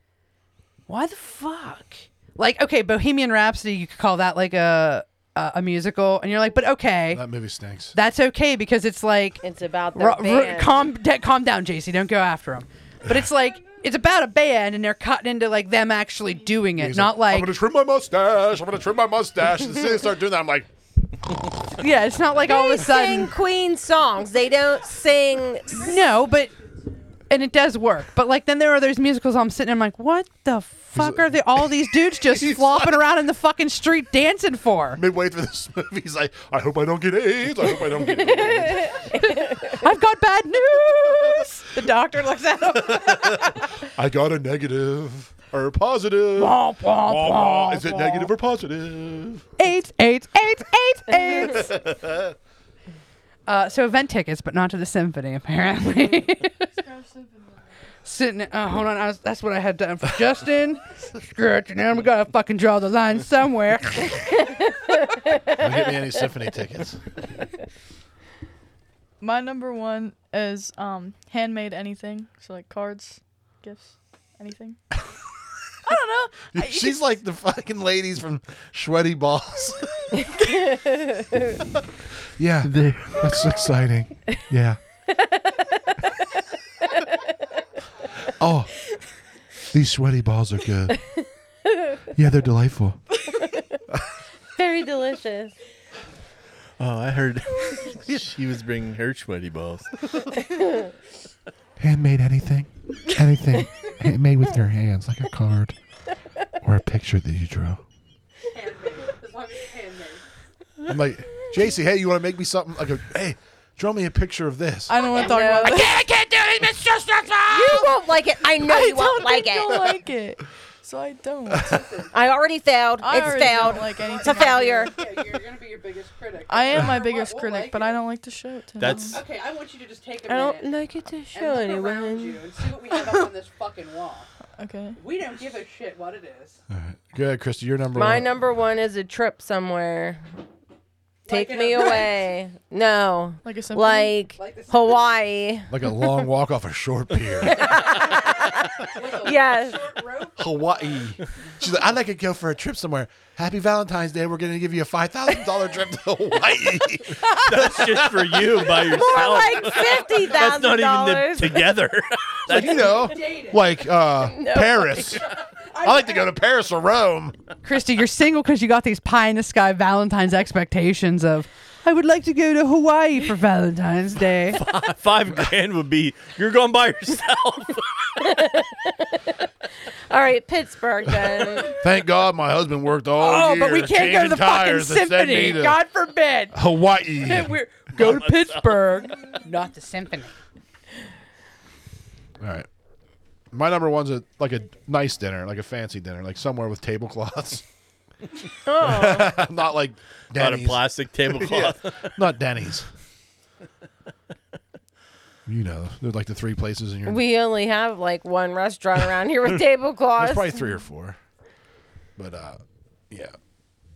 [SPEAKER 3] why the fuck? Like, okay, Bohemian Rhapsody, you could call that like a a, a musical, and you're like, but okay,
[SPEAKER 1] That movie stinks.
[SPEAKER 3] that's okay because it's like
[SPEAKER 4] it's about the
[SPEAKER 3] Ru- ru-
[SPEAKER 4] band.
[SPEAKER 3] calm, da- calm down, JC. Don't go after him. But it's like it's about a band, and they're cutting into like them actually doing it,
[SPEAKER 1] He's
[SPEAKER 3] not
[SPEAKER 1] I'm
[SPEAKER 3] like
[SPEAKER 1] gonna trim my mustache. I'm gonna trim my mustache. And as soon as they start doing that, I'm like,
[SPEAKER 3] yeah, it's not like all of a
[SPEAKER 4] They
[SPEAKER 3] sudden.
[SPEAKER 4] sing Queen songs. They don't sing.
[SPEAKER 3] No, but and it does work. But like then there are those musicals I'm sitting I'm like, what the fuck are they all these dudes just
[SPEAKER 1] He's
[SPEAKER 3] flopping around in the fucking street dancing for?
[SPEAKER 1] Midway through this movie, he's like, I hope I don't get AIDS. I hope I don't get AIDS.
[SPEAKER 3] I've got bad news. The doctor looks at him.
[SPEAKER 1] I got a negative or a positive.
[SPEAKER 3] Womp, womp,
[SPEAKER 1] Wah, wah.
[SPEAKER 3] womp,
[SPEAKER 1] Is it
[SPEAKER 3] womp.
[SPEAKER 1] negative or positive?
[SPEAKER 3] AIDS, AIDS, AIDS, AIDS, AIDS. Uh, so event tickets, but not to the symphony apparently. Sitting, uh, hold on, I was, that's what I had done for Justin. Scratch it down. We gotta fucking draw the line somewhere.
[SPEAKER 1] Don't get me any symphony tickets.
[SPEAKER 5] My number one is um handmade anything. So like cards, gifts, anything. I don't know.
[SPEAKER 1] She's like the fucking ladies from Sweaty Balls. yeah, that's exciting. Yeah. oh, these sweaty balls are good. Yeah, they're delightful.
[SPEAKER 4] Very delicious.
[SPEAKER 2] Oh, I heard she was bringing her sweaty balls.
[SPEAKER 1] Handmade anything, anything made with your hands, like a card or a picture that you drew. I'm like, JC, hey, you want to make me something? I go, hey, draw me a picture of this.
[SPEAKER 5] I don't want to talk about that.
[SPEAKER 4] I can't do it, Miss You won't like it. I know
[SPEAKER 5] I
[SPEAKER 4] you won't
[SPEAKER 5] don't
[SPEAKER 4] like
[SPEAKER 5] think you'll
[SPEAKER 4] it.
[SPEAKER 5] like it. So I don't.
[SPEAKER 4] I already failed.
[SPEAKER 5] I
[SPEAKER 4] it's
[SPEAKER 5] already don't
[SPEAKER 4] failed.
[SPEAKER 5] like
[SPEAKER 4] It's a
[SPEAKER 5] anything.
[SPEAKER 4] failure.
[SPEAKER 3] you're gonna be your biggest critic.
[SPEAKER 5] I am my biggest critic, but I don't like to show it to
[SPEAKER 2] That's
[SPEAKER 5] them.
[SPEAKER 3] Okay, I want you to just take a
[SPEAKER 4] I
[SPEAKER 3] minute
[SPEAKER 4] don't like it to show
[SPEAKER 3] and look around
[SPEAKER 4] anyone.
[SPEAKER 3] you and see what we have up on this fucking wall.
[SPEAKER 5] Okay.
[SPEAKER 3] We don't give a shit what it is.
[SPEAKER 1] Go ahead, Christy, you're number
[SPEAKER 4] My
[SPEAKER 1] one.
[SPEAKER 4] number one is a trip somewhere. Take
[SPEAKER 3] an
[SPEAKER 4] me
[SPEAKER 3] event.
[SPEAKER 4] away. No.
[SPEAKER 5] Like a symphony.
[SPEAKER 4] Like
[SPEAKER 3] Like this-
[SPEAKER 4] Hawaii.
[SPEAKER 1] like a long walk off a short pier.
[SPEAKER 4] Yes.
[SPEAKER 1] Hawaii. She's like, I'd like to go for a trip somewhere. Happy Valentine's Day. We're going to give you a $5,000 trip to Hawaii.
[SPEAKER 2] that's just for you by
[SPEAKER 4] More
[SPEAKER 2] yourself.
[SPEAKER 4] like fifty
[SPEAKER 2] that's not even
[SPEAKER 4] thousand dollars.
[SPEAKER 2] the, together.
[SPEAKER 1] like, you know, like uh, Paris. I like to go to Paris or Rome.
[SPEAKER 3] Christy, you're single because you got these pie in the sky Valentine's expectations of, I would like to go to Hawaii for Valentine's Day.
[SPEAKER 2] Five grand would be you're going by yourself.
[SPEAKER 4] All right, Pittsburgh then.
[SPEAKER 1] Thank God my husband worked all
[SPEAKER 3] oh,
[SPEAKER 1] year.
[SPEAKER 3] but we can't go to
[SPEAKER 1] changing
[SPEAKER 3] the fucking
[SPEAKER 1] tires and sent me
[SPEAKER 3] symphony.
[SPEAKER 1] to
[SPEAKER 3] God forbid.
[SPEAKER 1] Hawaii.
[SPEAKER 3] We're, go to Pittsburgh, not the symphony.
[SPEAKER 1] All right. My number one's a like a nice dinner, like a fancy dinner, like somewhere with tablecloths.
[SPEAKER 4] Oh,
[SPEAKER 1] not like
[SPEAKER 2] Not a
[SPEAKER 1] Denny's.
[SPEAKER 2] plastic tablecloth.
[SPEAKER 1] Not Denny's. you know, they're like the three places in your.
[SPEAKER 4] we only have like one restaurant around here with
[SPEAKER 1] there's
[SPEAKER 4] tablecloths.
[SPEAKER 1] probably three or four, but uh, yeah.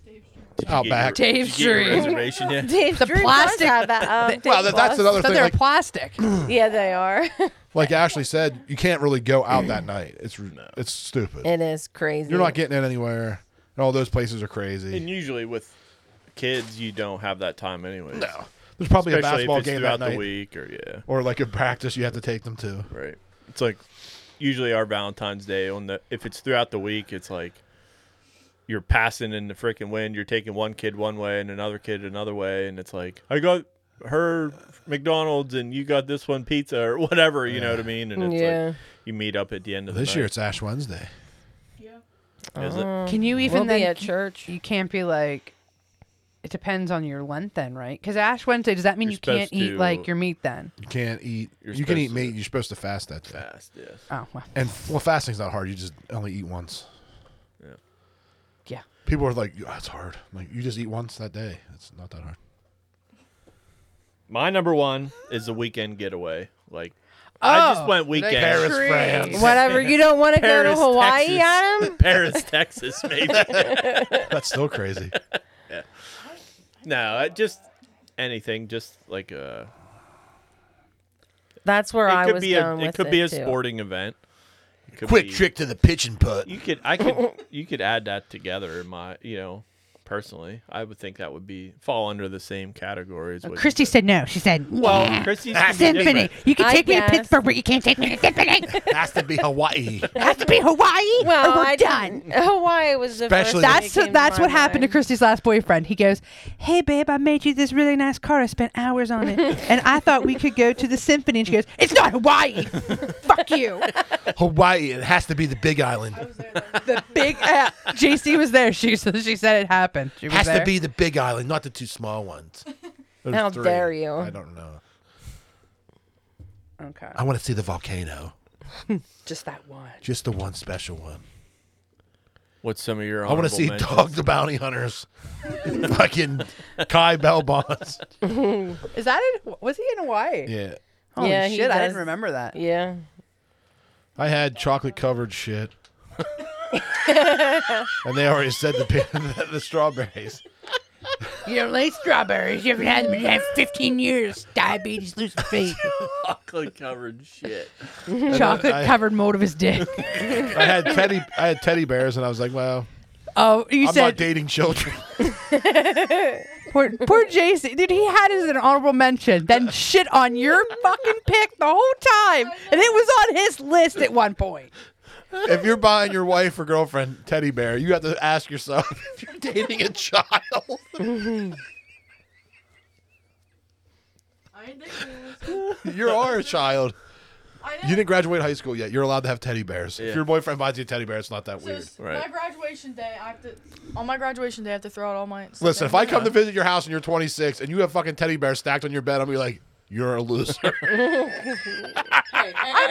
[SPEAKER 2] Did
[SPEAKER 1] Out
[SPEAKER 2] you get
[SPEAKER 1] back.
[SPEAKER 2] your-
[SPEAKER 3] Dave
[SPEAKER 2] did you get your
[SPEAKER 3] Street.
[SPEAKER 2] reservation yet?
[SPEAKER 4] Dave
[SPEAKER 3] The
[SPEAKER 4] Drew does
[SPEAKER 3] plastic-
[SPEAKER 4] have that, um,
[SPEAKER 1] Well, that, that's
[SPEAKER 4] tablecloths.
[SPEAKER 1] another
[SPEAKER 3] But
[SPEAKER 1] thing.
[SPEAKER 3] they're
[SPEAKER 1] Like,
[SPEAKER 3] plastic.
[SPEAKER 4] Yeah, they are.
[SPEAKER 1] like Ashley said, you can't really go out that night. It's it's stupid.
[SPEAKER 4] it is crazy.
[SPEAKER 1] You're not getting in anywhere, and all those places are
[SPEAKER 2] And
[SPEAKER 1] crazy.
[SPEAKER 2] usually with kids, you don't have that time anyway.
[SPEAKER 1] No, there's probably a
[SPEAKER 2] especially if
[SPEAKER 1] basketball
[SPEAKER 2] it's
[SPEAKER 1] game that
[SPEAKER 2] throughout the
[SPEAKER 1] night,
[SPEAKER 2] week or yeah.
[SPEAKER 1] or like a practice you have to take them to.
[SPEAKER 2] Right. It's like usually our Valentine's Day on the if it's throughout the week, it's like you're passing in the freaking wind. You're taking one kid one way and another kid another way, and it's like I got her McDonald's and you got this one pizza or whatever. You know what I mean? And it's
[SPEAKER 4] Yeah.
[SPEAKER 2] like you meet up at the end of the
[SPEAKER 1] This
[SPEAKER 2] night.
[SPEAKER 1] year it's Ash Wednesday.
[SPEAKER 2] Is it?
[SPEAKER 3] Can you even
[SPEAKER 4] We'll
[SPEAKER 3] then
[SPEAKER 4] be at church.
[SPEAKER 3] you can't be like it depends on your Lent then, right? Because Ash Wednesday, does that mean
[SPEAKER 2] You're
[SPEAKER 3] you can't
[SPEAKER 2] supposed
[SPEAKER 3] eat
[SPEAKER 2] to-
[SPEAKER 3] like your meat then?
[SPEAKER 1] You can't eat.
[SPEAKER 2] You're
[SPEAKER 1] you can eat
[SPEAKER 2] supposed
[SPEAKER 1] meat.
[SPEAKER 2] to-
[SPEAKER 1] You're supposed to fast that day.
[SPEAKER 2] Fast, yes.
[SPEAKER 3] Oh well.
[SPEAKER 1] And well, fasting's not hard. You just only eat once.
[SPEAKER 2] Yeah.
[SPEAKER 3] Yeah.
[SPEAKER 1] People are like, "Oh, "That's hard." I'm like you just eat once that day. It's not that hard.
[SPEAKER 2] My number one is the weekend getaway. Like I just
[SPEAKER 3] Oh,
[SPEAKER 2] went
[SPEAKER 3] the
[SPEAKER 2] weekend.
[SPEAKER 1] Paris,
[SPEAKER 3] tree.
[SPEAKER 1] France.
[SPEAKER 4] Whatever. You don't want to go to
[SPEAKER 2] Paris,
[SPEAKER 4] Hawaii,
[SPEAKER 2] Texas.
[SPEAKER 4] Adam.
[SPEAKER 2] Paris, Texas, maybe.
[SPEAKER 1] That's still crazy.
[SPEAKER 2] no, I just anything, just like a
[SPEAKER 4] That's where I
[SPEAKER 2] it could
[SPEAKER 4] was
[SPEAKER 2] be a
[SPEAKER 4] going
[SPEAKER 2] it
[SPEAKER 4] with
[SPEAKER 2] could be a
[SPEAKER 4] too.
[SPEAKER 2] sporting event. It could be-
[SPEAKER 1] to the pitch and putt.
[SPEAKER 2] You could I could you could add that together in my you know personally. I would think that would be fall under the same category
[SPEAKER 4] Uh,
[SPEAKER 2] as what you
[SPEAKER 6] Christy
[SPEAKER 2] said.
[SPEAKER 6] said no. She said
[SPEAKER 2] Well, Christy's could be
[SPEAKER 6] symphony.
[SPEAKER 2] different.
[SPEAKER 6] You can
[SPEAKER 4] I
[SPEAKER 6] take me to
[SPEAKER 4] guess.
[SPEAKER 6] Pittsburgh, but you can't take me to symphony. it
[SPEAKER 1] has to be Hawaii.
[SPEAKER 6] has to be Hawaii.
[SPEAKER 4] Well,
[SPEAKER 6] or we're
[SPEAKER 4] I
[SPEAKER 6] done.
[SPEAKER 4] didn't- Hawaii was the
[SPEAKER 1] Especially
[SPEAKER 4] first. thing
[SPEAKER 6] That's
[SPEAKER 4] that came
[SPEAKER 6] that's
[SPEAKER 4] to
[SPEAKER 6] what
[SPEAKER 4] my
[SPEAKER 6] happened to
[SPEAKER 4] mind.
[SPEAKER 6] Christy's last boyfriend. He goes, "Hey babe, I made you this really nice car. I spent hours on it, and I thought we could go to the symphony." And she goes, "It's not Hawaii. Fuck you."
[SPEAKER 1] Hawaii. It has to be the Big Island.
[SPEAKER 3] The big uh, JC was there. She she said it happened. She was
[SPEAKER 1] has
[SPEAKER 3] there.
[SPEAKER 1] to be the Big Island, not the two small ones. There's
[SPEAKER 4] How dare you.
[SPEAKER 1] I don't know.
[SPEAKER 3] okay.
[SPEAKER 1] I want to see the volcano,
[SPEAKER 3] Just that one.
[SPEAKER 1] just the one special one.
[SPEAKER 2] What's some of your?
[SPEAKER 1] I want to see Dog the Bounty Hunters, fucking Kai Bell Bonds.
[SPEAKER 3] Is that it? Was he in Hawaii?
[SPEAKER 1] Yeah,
[SPEAKER 3] Holy
[SPEAKER 4] Yeah, he
[SPEAKER 3] shit! I
[SPEAKER 4] does.
[SPEAKER 3] didn't remember that.
[SPEAKER 4] Yeah.
[SPEAKER 1] I had chocolate covered shit, and they already said the the, the strawberries.
[SPEAKER 6] You don't like strawberries. You haven't had them in like 15 years. Diabetes, losing faith.
[SPEAKER 2] chocolate covered shit.
[SPEAKER 6] Chocolate
[SPEAKER 1] I-
[SPEAKER 6] covered mold of his dick.
[SPEAKER 1] I had teddy I had teddy bears, and I was like, well,
[SPEAKER 6] Oh, you
[SPEAKER 1] I'm not
[SPEAKER 6] said
[SPEAKER 1] dating children.
[SPEAKER 3] Poor, poor JC. Dude, he had it as an honorable mention, then shit on your fucking pick the whole time. And it was on his list at one point.
[SPEAKER 1] if you're buying your wife or girlfriend teddy bear, you have to ask yourself if you're dating a child.
[SPEAKER 5] I
[SPEAKER 1] you are a child. You didn't graduate high school yet. You're allowed to have teddy bears.
[SPEAKER 2] Yeah.
[SPEAKER 1] If your boyfriend buys you a teddy bear, it's not that weird.
[SPEAKER 2] Right.
[SPEAKER 5] My graduation day, I have to. On my graduation day, I have to throw out all my. stuff
[SPEAKER 1] Listen, if
[SPEAKER 5] in.
[SPEAKER 1] I come to visit your house and you're 26 and you have fucking teddy bears stacked on your bed, I'll be like, you're a loser.
[SPEAKER 3] I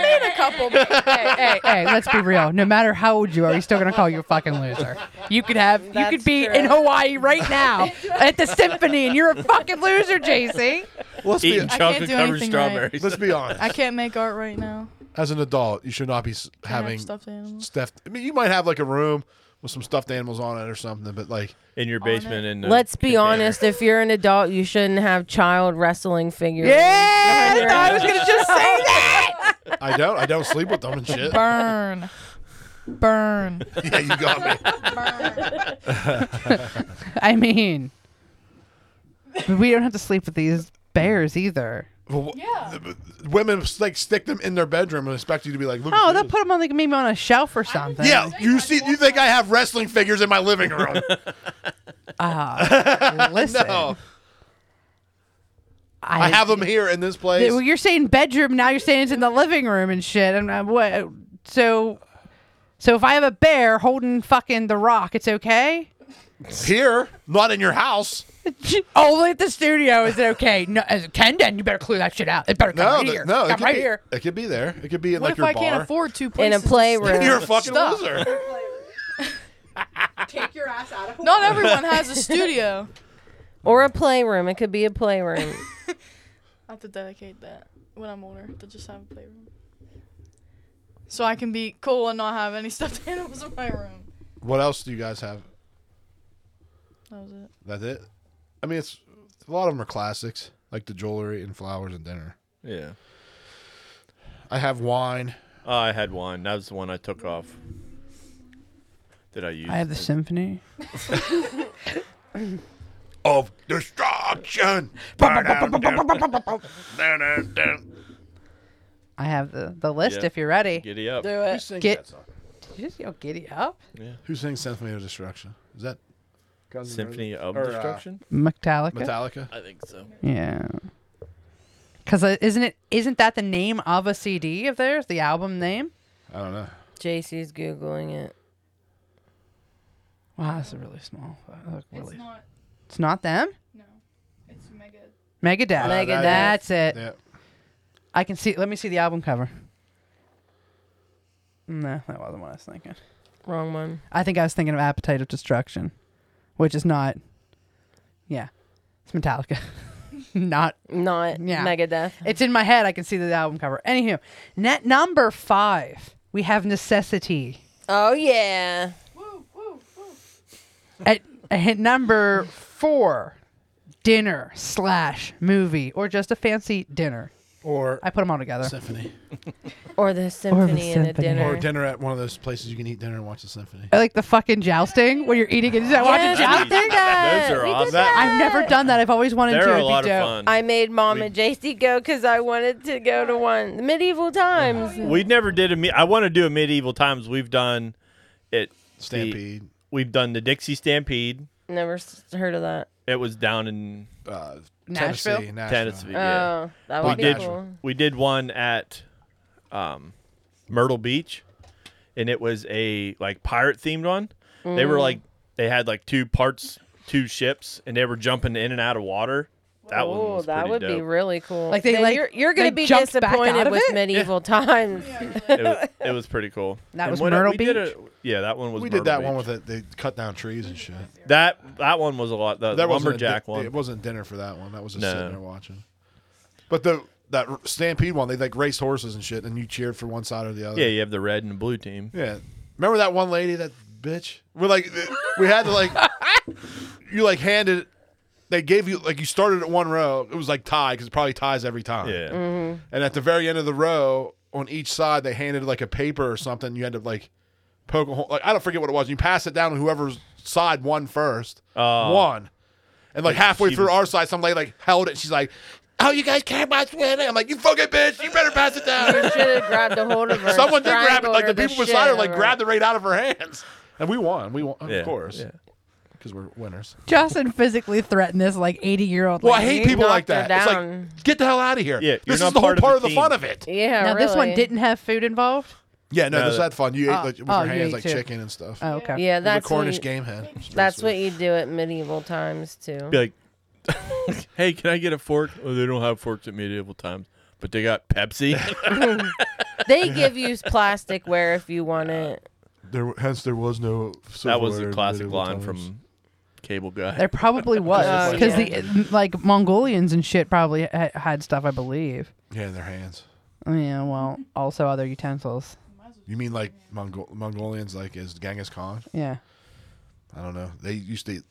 [SPEAKER 3] made a couple. hey, hey, hey, let's be real. No matter how old you are, he's still gonna call you a fucking loser. You could have, you could
[SPEAKER 4] That's
[SPEAKER 3] be
[SPEAKER 4] true.
[SPEAKER 3] in Hawaii right now at the symphony, and you're a fucking loser, JC.
[SPEAKER 1] let's, be,
[SPEAKER 2] Eating
[SPEAKER 5] can't
[SPEAKER 2] chocolate
[SPEAKER 5] do
[SPEAKER 2] covered
[SPEAKER 5] anything right.
[SPEAKER 2] strawberries.
[SPEAKER 1] let's be honest.
[SPEAKER 5] I can't make art right now.
[SPEAKER 1] As an adult, you should not be s-
[SPEAKER 5] Can't have
[SPEAKER 1] having stuffed.
[SPEAKER 5] stuffed animals.
[SPEAKER 1] I mean, you might have like a room with some stuffed animals on it or something, but like,
[SPEAKER 2] in your basement. In the
[SPEAKER 4] Let's be
[SPEAKER 2] container.
[SPEAKER 4] honest. If you're an adult, you shouldn't have child wrestling figures.
[SPEAKER 3] Yeah, I was gonna just say that.
[SPEAKER 1] I don't. I don't sleep with them and shit.
[SPEAKER 5] Burn. Burn.
[SPEAKER 1] Yeah, you got me.
[SPEAKER 5] Burn.
[SPEAKER 3] I mean, we don't have to sleep with these bears either.
[SPEAKER 1] Well, wh-
[SPEAKER 5] Yeah.
[SPEAKER 1] Women like stick them in their bedroom and expect you to be like, look.
[SPEAKER 3] Oh,
[SPEAKER 1] at
[SPEAKER 3] they'll
[SPEAKER 1] this.
[SPEAKER 3] put them on like maybe on a shelf or something.
[SPEAKER 1] Yeah, you see, you think I have wrestling figures in my living room?
[SPEAKER 3] listen.
[SPEAKER 1] No, I have them here in this place.
[SPEAKER 3] Well, you're saying bedroom. Now you're saying it's in the living room and shit. And I'm what? So, so if I have a bear holding fucking the rock, it's okay.
[SPEAKER 1] Here, not in your house.
[SPEAKER 6] Only at the studio is it okay. No, as- Ken, then you better clear that shit out. It better come
[SPEAKER 1] No,
[SPEAKER 6] right
[SPEAKER 1] th-
[SPEAKER 6] here.
[SPEAKER 1] no, it
[SPEAKER 6] come
[SPEAKER 1] could
[SPEAKER 6] right
[SPEAKER 1] be,
[SPEAKER 6] here.
[SPEAKER 1] It could be there. It could be in
[SPEAKER 5] What
[SPEAKER 1] like
[SPEAKER 5] if
[SPEAKER 1] your
[SPEAKER 5] I
[SPEAKER 1] bar.
[SPEAKER 5] can't afford two
[SPEAKER 4] In
[SPEAKER 5] places?
[SPEAKER 4] a playroom.
[SPEAKER 1] You're a fucking
[SPEAKER 5] Stuff.
[SPEAKER 1] loser.
[SPEAKER 3] Take your ass out of.
[SPEAKER 5] Not everyone has a studio.
[SPEAKER 4] Or a playroom. It could be a playroom.
[SPEAKER 5] I have to dedicate that when I'm older to just have a playroom. So I can be cool and not have any stuffed animals in my room.
[SPEAKER 1] What else do you guys have?
[SPEAKER 5] That was it.
[SPEAKER 1] That's it. I mean, it's a lot of them are classics, like the jewelry and flowers and dinner.
[SPEAKER 2] Yeah.
[SPEAKER 1] I have wine.
[SPEAKER 2] Oh, I had one. That was the one I took off. Did I use?
[SPEAKER 3] I have the symphony.
[SPEAKER 1] Of destruction.
[SPEAKER 3] I have the the list.
[SPEAKER 2] Yeah.
[SPEAKER 3] If you're ready,
[SPEAKER 2] Giddy up.
[SPEAKER 4] Do it.
[SPEAKER 1] sings
[SPEAKER 3] Get-
[SPEAKER 1] that song?
[SPEAKER 3] Did you just yell giddy up,
[SPEAKER 1] Who sings Symphony of Destruction? Is that Guns N'
[SPEAKER 2] Symphony of
[SPEAKER 1] Or, uh,
[SPEAKER 2] Destruction.
[SPEAKER 3] Metallica.
[SPEAKER 1] Roses? Metallica?
[SPEAKER 2] I think so.
[SPEAKER 3] Yeah. Cause uh, isn't it isn't that the name of a CD of theirs? The album name?
[SPEAKER 1] I don't know.
[SPEAKER 4] JC's googling it.
[SPEAKER 3] Wow, this is really small. I look really-
[SPEAKER 5] It's not.
[SPEAKER 3] It's not them.
[SPEAKER 5] No. It's mega.
[SPEAKER 3] Megadeth.
[SPEAKER 1] Uh, that-
[SPEAKER 3] That's it.
[SPEAKER 1] Yeah.
[SPEAKER 3] I can see. Let me see the album cover. No, that wasn't what I was thinking.
[SPEAKER 4] Wrong one.
[SPEAKER 3] I think I was thinking of Appetite of Destruction, which is not. Yeah, it's Metallica. not.
[SPEAKER 4] Not
[SPEAKER 3] Yeah.
[SPEAKER 4] Megadeth.
[SPEAKER 3] It's in my head. I can see the album cover. Anywho, net number five. We have necessity.
[SPEAKER 4] Oh yeah.
[SPEAKER 5] Woo, woo, woo.
[SPEAKER 3] At, at number four, dinner slash movie or just a fancy dinner.
[SPEAKER 7] Or
[SPEAKER 3] I put them all together.
[SPEAKER 1] Symphony.
[SPEAKER 4] Or the symphony and a
[SPEAKER 8] symphony.
[SPEAKER 4] dinner.
[SPEAKER 1] Or dinner at one of those places you can eat dinner and watch the symphony.
[SPEAKER 3] I like the fucking jousting when you're eating it. Is that
[SPEAKER 4] Yes,
[SPEAKER 3] watching jousting?
[SPEAKER 4] we did that.
[SPEAKER 2] Those are
[SPEAKER 4] We did
[SPEAKER 2] awesome.
[SPEAKER 4] that.
[SPEAKER 3] I've never done that. I've always wanted to.
[SPEAKER 2] They're
[SPEAKER 3] It'd
[SPEAKER 2] a
[SPEAKER 3] be
[SPEAKER 2] lot of
[SPEAKER 3] dope.
[SPEAKER 2] fun.
[SPEAKER 4] I made mom
[SPEAKER 2] We-
[SPEAKER 4] and JC go because I wanted to go to one. The medieval times.
[SPEAKER 2] we never did a. Me- I want to do a medieval times. We've done it.
[SPEAKER 1] Stampede.
[SPEAKER 2] We've done the Dixie Stampede.
[SPEAKER 4] Never s- heard of that.
[SPEAKER 2] It was down in
[SPEAKER 1] Uh,
[SPEAKER 3] Nashville?
[SPEAKER 1] Tennessee. Nashville.
[SPEAKER 2] Tennessee. yeah.
[SPEAKER 4] Oh, that
[SPEAKER 2] we
[SPEAKER 4] would be
[SPEAKER 2] did
[SPEAKER 4] cool.
[SPEAKER 2] we did one at um, Myrtle Beach, and it was a like pirate themed one. They
[SPEAKER 4] Mm.
[SPEAKER 2] were like they had like two parts, two ships, and they were jumping in and out of water. That one
[SPEAKER 4] Ooh,
[SPEAKER 2] was
[SPEAKER 4] that
[SPEAKER 2] pretty
[SPEAKER 4] would be
[SPEAKER 2] dope.
[SPEAKER 4] really cool.
[SPEAKER 3] Like, they,
[SPEAKER 4] Then
[SPEAKER 3] like-
[SPEAKER 4] you're, you're gonna
[SPEAKER 3] they
[SPEAKER 4] be
[SPEAKER 3] jumped back out
[SPEAKER 4] disappointed
[SPEAKER 3] of
[SPEAKER 4] with
[SPEAKER 3] it?
[SPEAKER 4] medieval times.
[SPEAKER 2] it, was, it was pretty cool.
[SPEAKER 3] That
[SPEAKER 2] And
[SPEAKER 3] was
[SPEAKER 2] when I-
[SPEAKER 3] Myrtle
[SPEAKER 2] we did
[SPEAKER 3] Beach?
[SPEAKER 2] a- yeah, that one was.
[SPEAKER 1] We
[SPEAKER 2] Myrtle
[SPEAKER 1] did that one
[SPEAKER 2] Beach.
[SPEAKER 1] with it. They cut down trees and shit.
[SPEAKER 2] that. That one was a lot. The
[SPEAKER 1] That wasn't a
[SPEAKER 2] lumberjack
[SPEAKER 1] di-
[SPEAKER 2] one.
[SPEAKER 1] It wasn't dinner for that one. That was just
[SPEAKER 2] No.
[SPEAKER 1] sitting there watching. But the that r- stampede one, they like raced horses and shit, and you cheered for one side or the other.
[SPEAKER 2] yeah, you have the red and the blue team.
[SPEAKER 1] Yeah. Remember that one lady, that bitch? We're like, we had to like, you like handed, they gave you, like, you started at one row. It was like tie because it probably ties every time.
[SPEAKER 2] Yeah,
[SPEAKER 4] Mm-hmm.
[SPEAKER 1] And at the very end of the row, on each side, they handed like a paper or something. You had to like poke a hole. Like, I don't forget what it was. You pass it down to whoever's side won first.
[SPEAKER 2] Oh.
[SPEAKER 1] won. And like halfway
[SPEAKER 2] she
[SPEAKER 1] through
[SPEAKER 2] was-
[SPEAKER 1] our side, some lady like held it. She's like, "Oh, you guys can't watch winning." I'm like, "You fucking bitch! You better pass it down."
[SPEAKER 4] Should have grabbed a hold of her. and
[SPEAKER 1] Someone did grab it.
[SPEAKER 4] strangled
[SPEAKER 1] Like
[SPEAKER 4] her
[SPEAKER 1] the people
[SPEAKER 4] shit
[SPEAKER 1] beside her, like
[SPEAKER 4] over it.
[SPEAKER 1] grabbed the rate out of her hands, and we won. We won,
[SPEAKER 2] yeah,
[SPEAKER 1] of course,
[SPEAKER 2] yeah.
[SPEAKER 1] because we're winners.
[SPEAKER 3] Justin physically threatened this like 80 year old.
[SPEAKER 1] Well, I hate people like
[SPEAKER 4] knocked her
[SPEAKER 1] that. It's
[SPEAKER 4] down.
[SPEAKER 1] like, get the hell out of here.
[SPEAKER 2] Yeah, you're
[SPEAKER 1] this
[SPEAKER 2] not
[SPEAKER 1] is the whole
[SPEAKER 2] part of
[SPEAKER 1] part of
[SPEAKER 2] the
[SPEAKER 1] the fun
[SPEAKER 2] team.
[SPEAKER 1] of it.
[SPEAKER 4] Yeah.
[SPEAKER 3] Now this one
[SPEAKER 4] really.
[SPEAKER 3] didn't have food involved.
[SPEAKER 1] Yeah, no,
[SPEAKER 2] No,
[SPEAKER 1] this
[SPEAKER 2] that-
[SPEAKER 1] had fun. You ate
[SPEAKER 3] Oh,
[SPEAKER 1] like, with
[SPEAKER 3] oh,
[SPEAKER 1] your
[SPEAKER 3] you
[SPEAKER 1] hands
[SPEAKER 3] ate
[SPEAKER 1] like
[SPEAKER 3] too.
[SPEAKER 1] chicken and stuff.
[SPEAKER 3] Oh, okay.
[SPEAKER 4] Yeah,
[SPEAKER 1] That's
[SPEAKER 4] that's
[SPEAKER 1] a Cornish
[SPEAKER 4] what you,
[SPEAKER 1] game hen.
[SPEAKER 4] That's what you do at medieval times too.
[SPEAKER 2] be like, hey, can I get a fork? Oh, they don't have forks at medieval times, but they got Pepsi.
[SPEAKER 4] They give you plasticware if you want it.
[SPEAKER 1] There, hence there was no.
[SPEAKER 2] that was the classic line from Cable Guy.
[SPEAKER 3] There probably was
[SPEAKER 4] Oh,
[SPEAKER 3] because
[SPEAKER 4] yeah.
[SPEAKER 3] the like Mongolians and shit probably ha- had stuff. I believe. Oh,
[SPEAKER 1] Yeah, their hands.
[SPEAKER 3] Yeah, well, also other utensils.
[SPEAKER 1] You mean like Mongol- Mongolians, like as Genghis Khan?
[SPEAKER 3] Yeah,
[SPEAKER 1] I don't know. They used to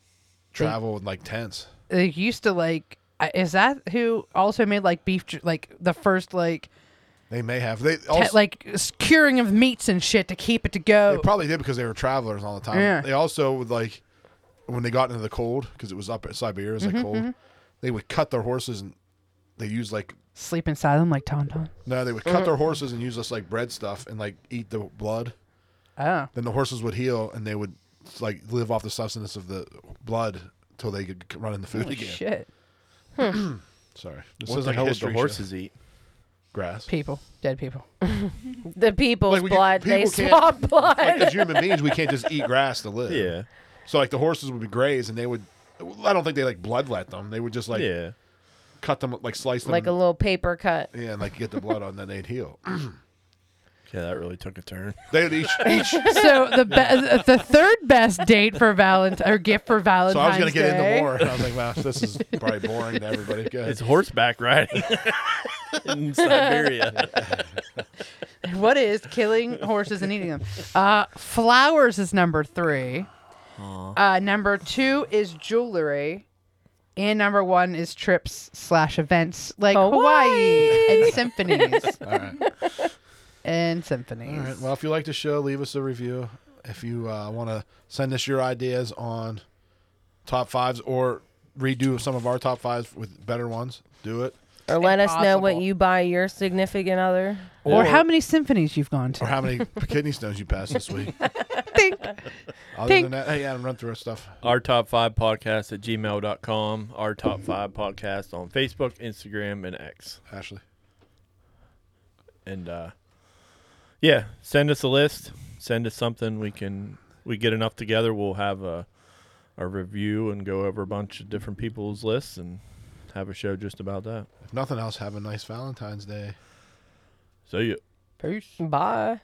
[SPEAKER 1] travel with like tents.
[SPEAKER 3] they used to like. I- Is that who also made like beef? Jer- like the first like
[SPEAKER 1] They may have. They
[SPEAKER 3] te-
[SPEAKER 1] also
[SPEAKER 3] like s- curing of meats and shit to keep it to
[SPEAKER 1] they
[SPEAKER 3] go.
[SPEAKER 1] probably did because they were travelers all the time.
[SPEAKER 3] Yeah.
[SPEAKER 1] They also would like when they got into the cold because it was up at Siberia, it was like
[SPEAKER 3] Mm-hmm,
[SPEAKER 1] cold. They would cut their horses and they used like
[SPEAKER 3] Sleep inside them like tauntaun.
[SPEAKER 1] no, they would
[SPEAKER 3] Mm-hmm.
[SPEAKER 1] cut their horses and use this like bread stuff and like eat the blood.
[SPEAKER 3] Oh,
[SPEAKER 1] then the horses would heal and they would like live off the substance of the blood till they could c- run into food
[SPEAKER 3] holy
[SPEAKER 1] again.
[SPEAKER 3] shit!
[SPEAKER 1] Sorry, this
[SPEAKER 2] What
[SPEAKER 1] is
[SPEAKER 2] the
[SPEAKER 1] like a
[SPEAKER 2] hell would
[SPEAKER 1] history
[SPEAKER 2] the
[SPEAKER 1] show.
[SPEAKER 2] horses eat?
[SPEAKER 1] grass.
[SPEAKER 3] People, dead people.
[SPEAKER 4] The people's
[SPEAKER 1] Like, we-
[SPEAKER 4] blood. they
[SPEAKER 1] people can't-
[SPEAKER 4] swap blood.
[SPEAKER 1] Like as human beings, we can't just eat grass to live.
[SPEAKER 2] Yeah,
[SPEAKER 1] So like the horses would be grazed and they would. I don't think they like bloodlet them. They would just like
[SPEAKER 2] yeah.
[SPEAKER 1] cut them, like slice them,
[SPEAKER 4] like a
[SPEAKER 1] and-
[SPEAKER 4] little paper cut.
[SPEAKER 1] yeah, and like get the blood on, then they'd heal.
[SPEAKER 2] Yeah, that really took a turn.
[SPEAKER 1] They would each. each so
[SPEAKER 3] So the be- the third best date for Valentine or gift for Valentine's
[SPEAKER 1] I was gonna get
[SPEAKER 3] Day.
[SPEAKER 1] into more. I was like, wow, this is probably boring to everybody. Go ahead.
[SPEAKER 2] It's horseback riding in Siberia.
[SPEAKER 3] What is killing horses and eating them? Uh, flowers is number three. Uh, number two is jewelry. And number one is trips slash events like Hawaii, and symphonies. And symphonies.
[SPEAKER 1] All right. Well, if you like the show, leave us a review. If you uh, want to send us your ideas on top fives or redo some of our top fives with better ones, do it.
[SPEAKER 4] Or let us know what
[SPEAKER 3] Impossible.
[SPEAKER 4] you buy your significant other.
[SPEAKER 3] or, how many symphonies you've gone
[SPEAKER 1] Or
[SPEAKER 3] to.
[SPEAKER 1] how many kidney stones you passed this week.
[SPEAKER 3] Think.
[SPEAKER 1] Other
[SPEAKER 3] Tink.
[SPEAKER 1] than that, hey, Adam, run through our stuff.
[SPEAKER 2] Our top five podcast at gmail.com. Our top five podcast on Facebook, Instagram, and X.
[SPEAKER 1] Ashley.
[SPEAKER 2] And uh, yeah, send us a list. Send us something. We can we get enough together. We'll have a a review and go over a bunch of different people's lists and have a show just about that.
[SPEAKER 1] If nothing else, have a nice Valentine's Day.
[SPEAKER 2] So you.
[SPEAKER 4] Bye.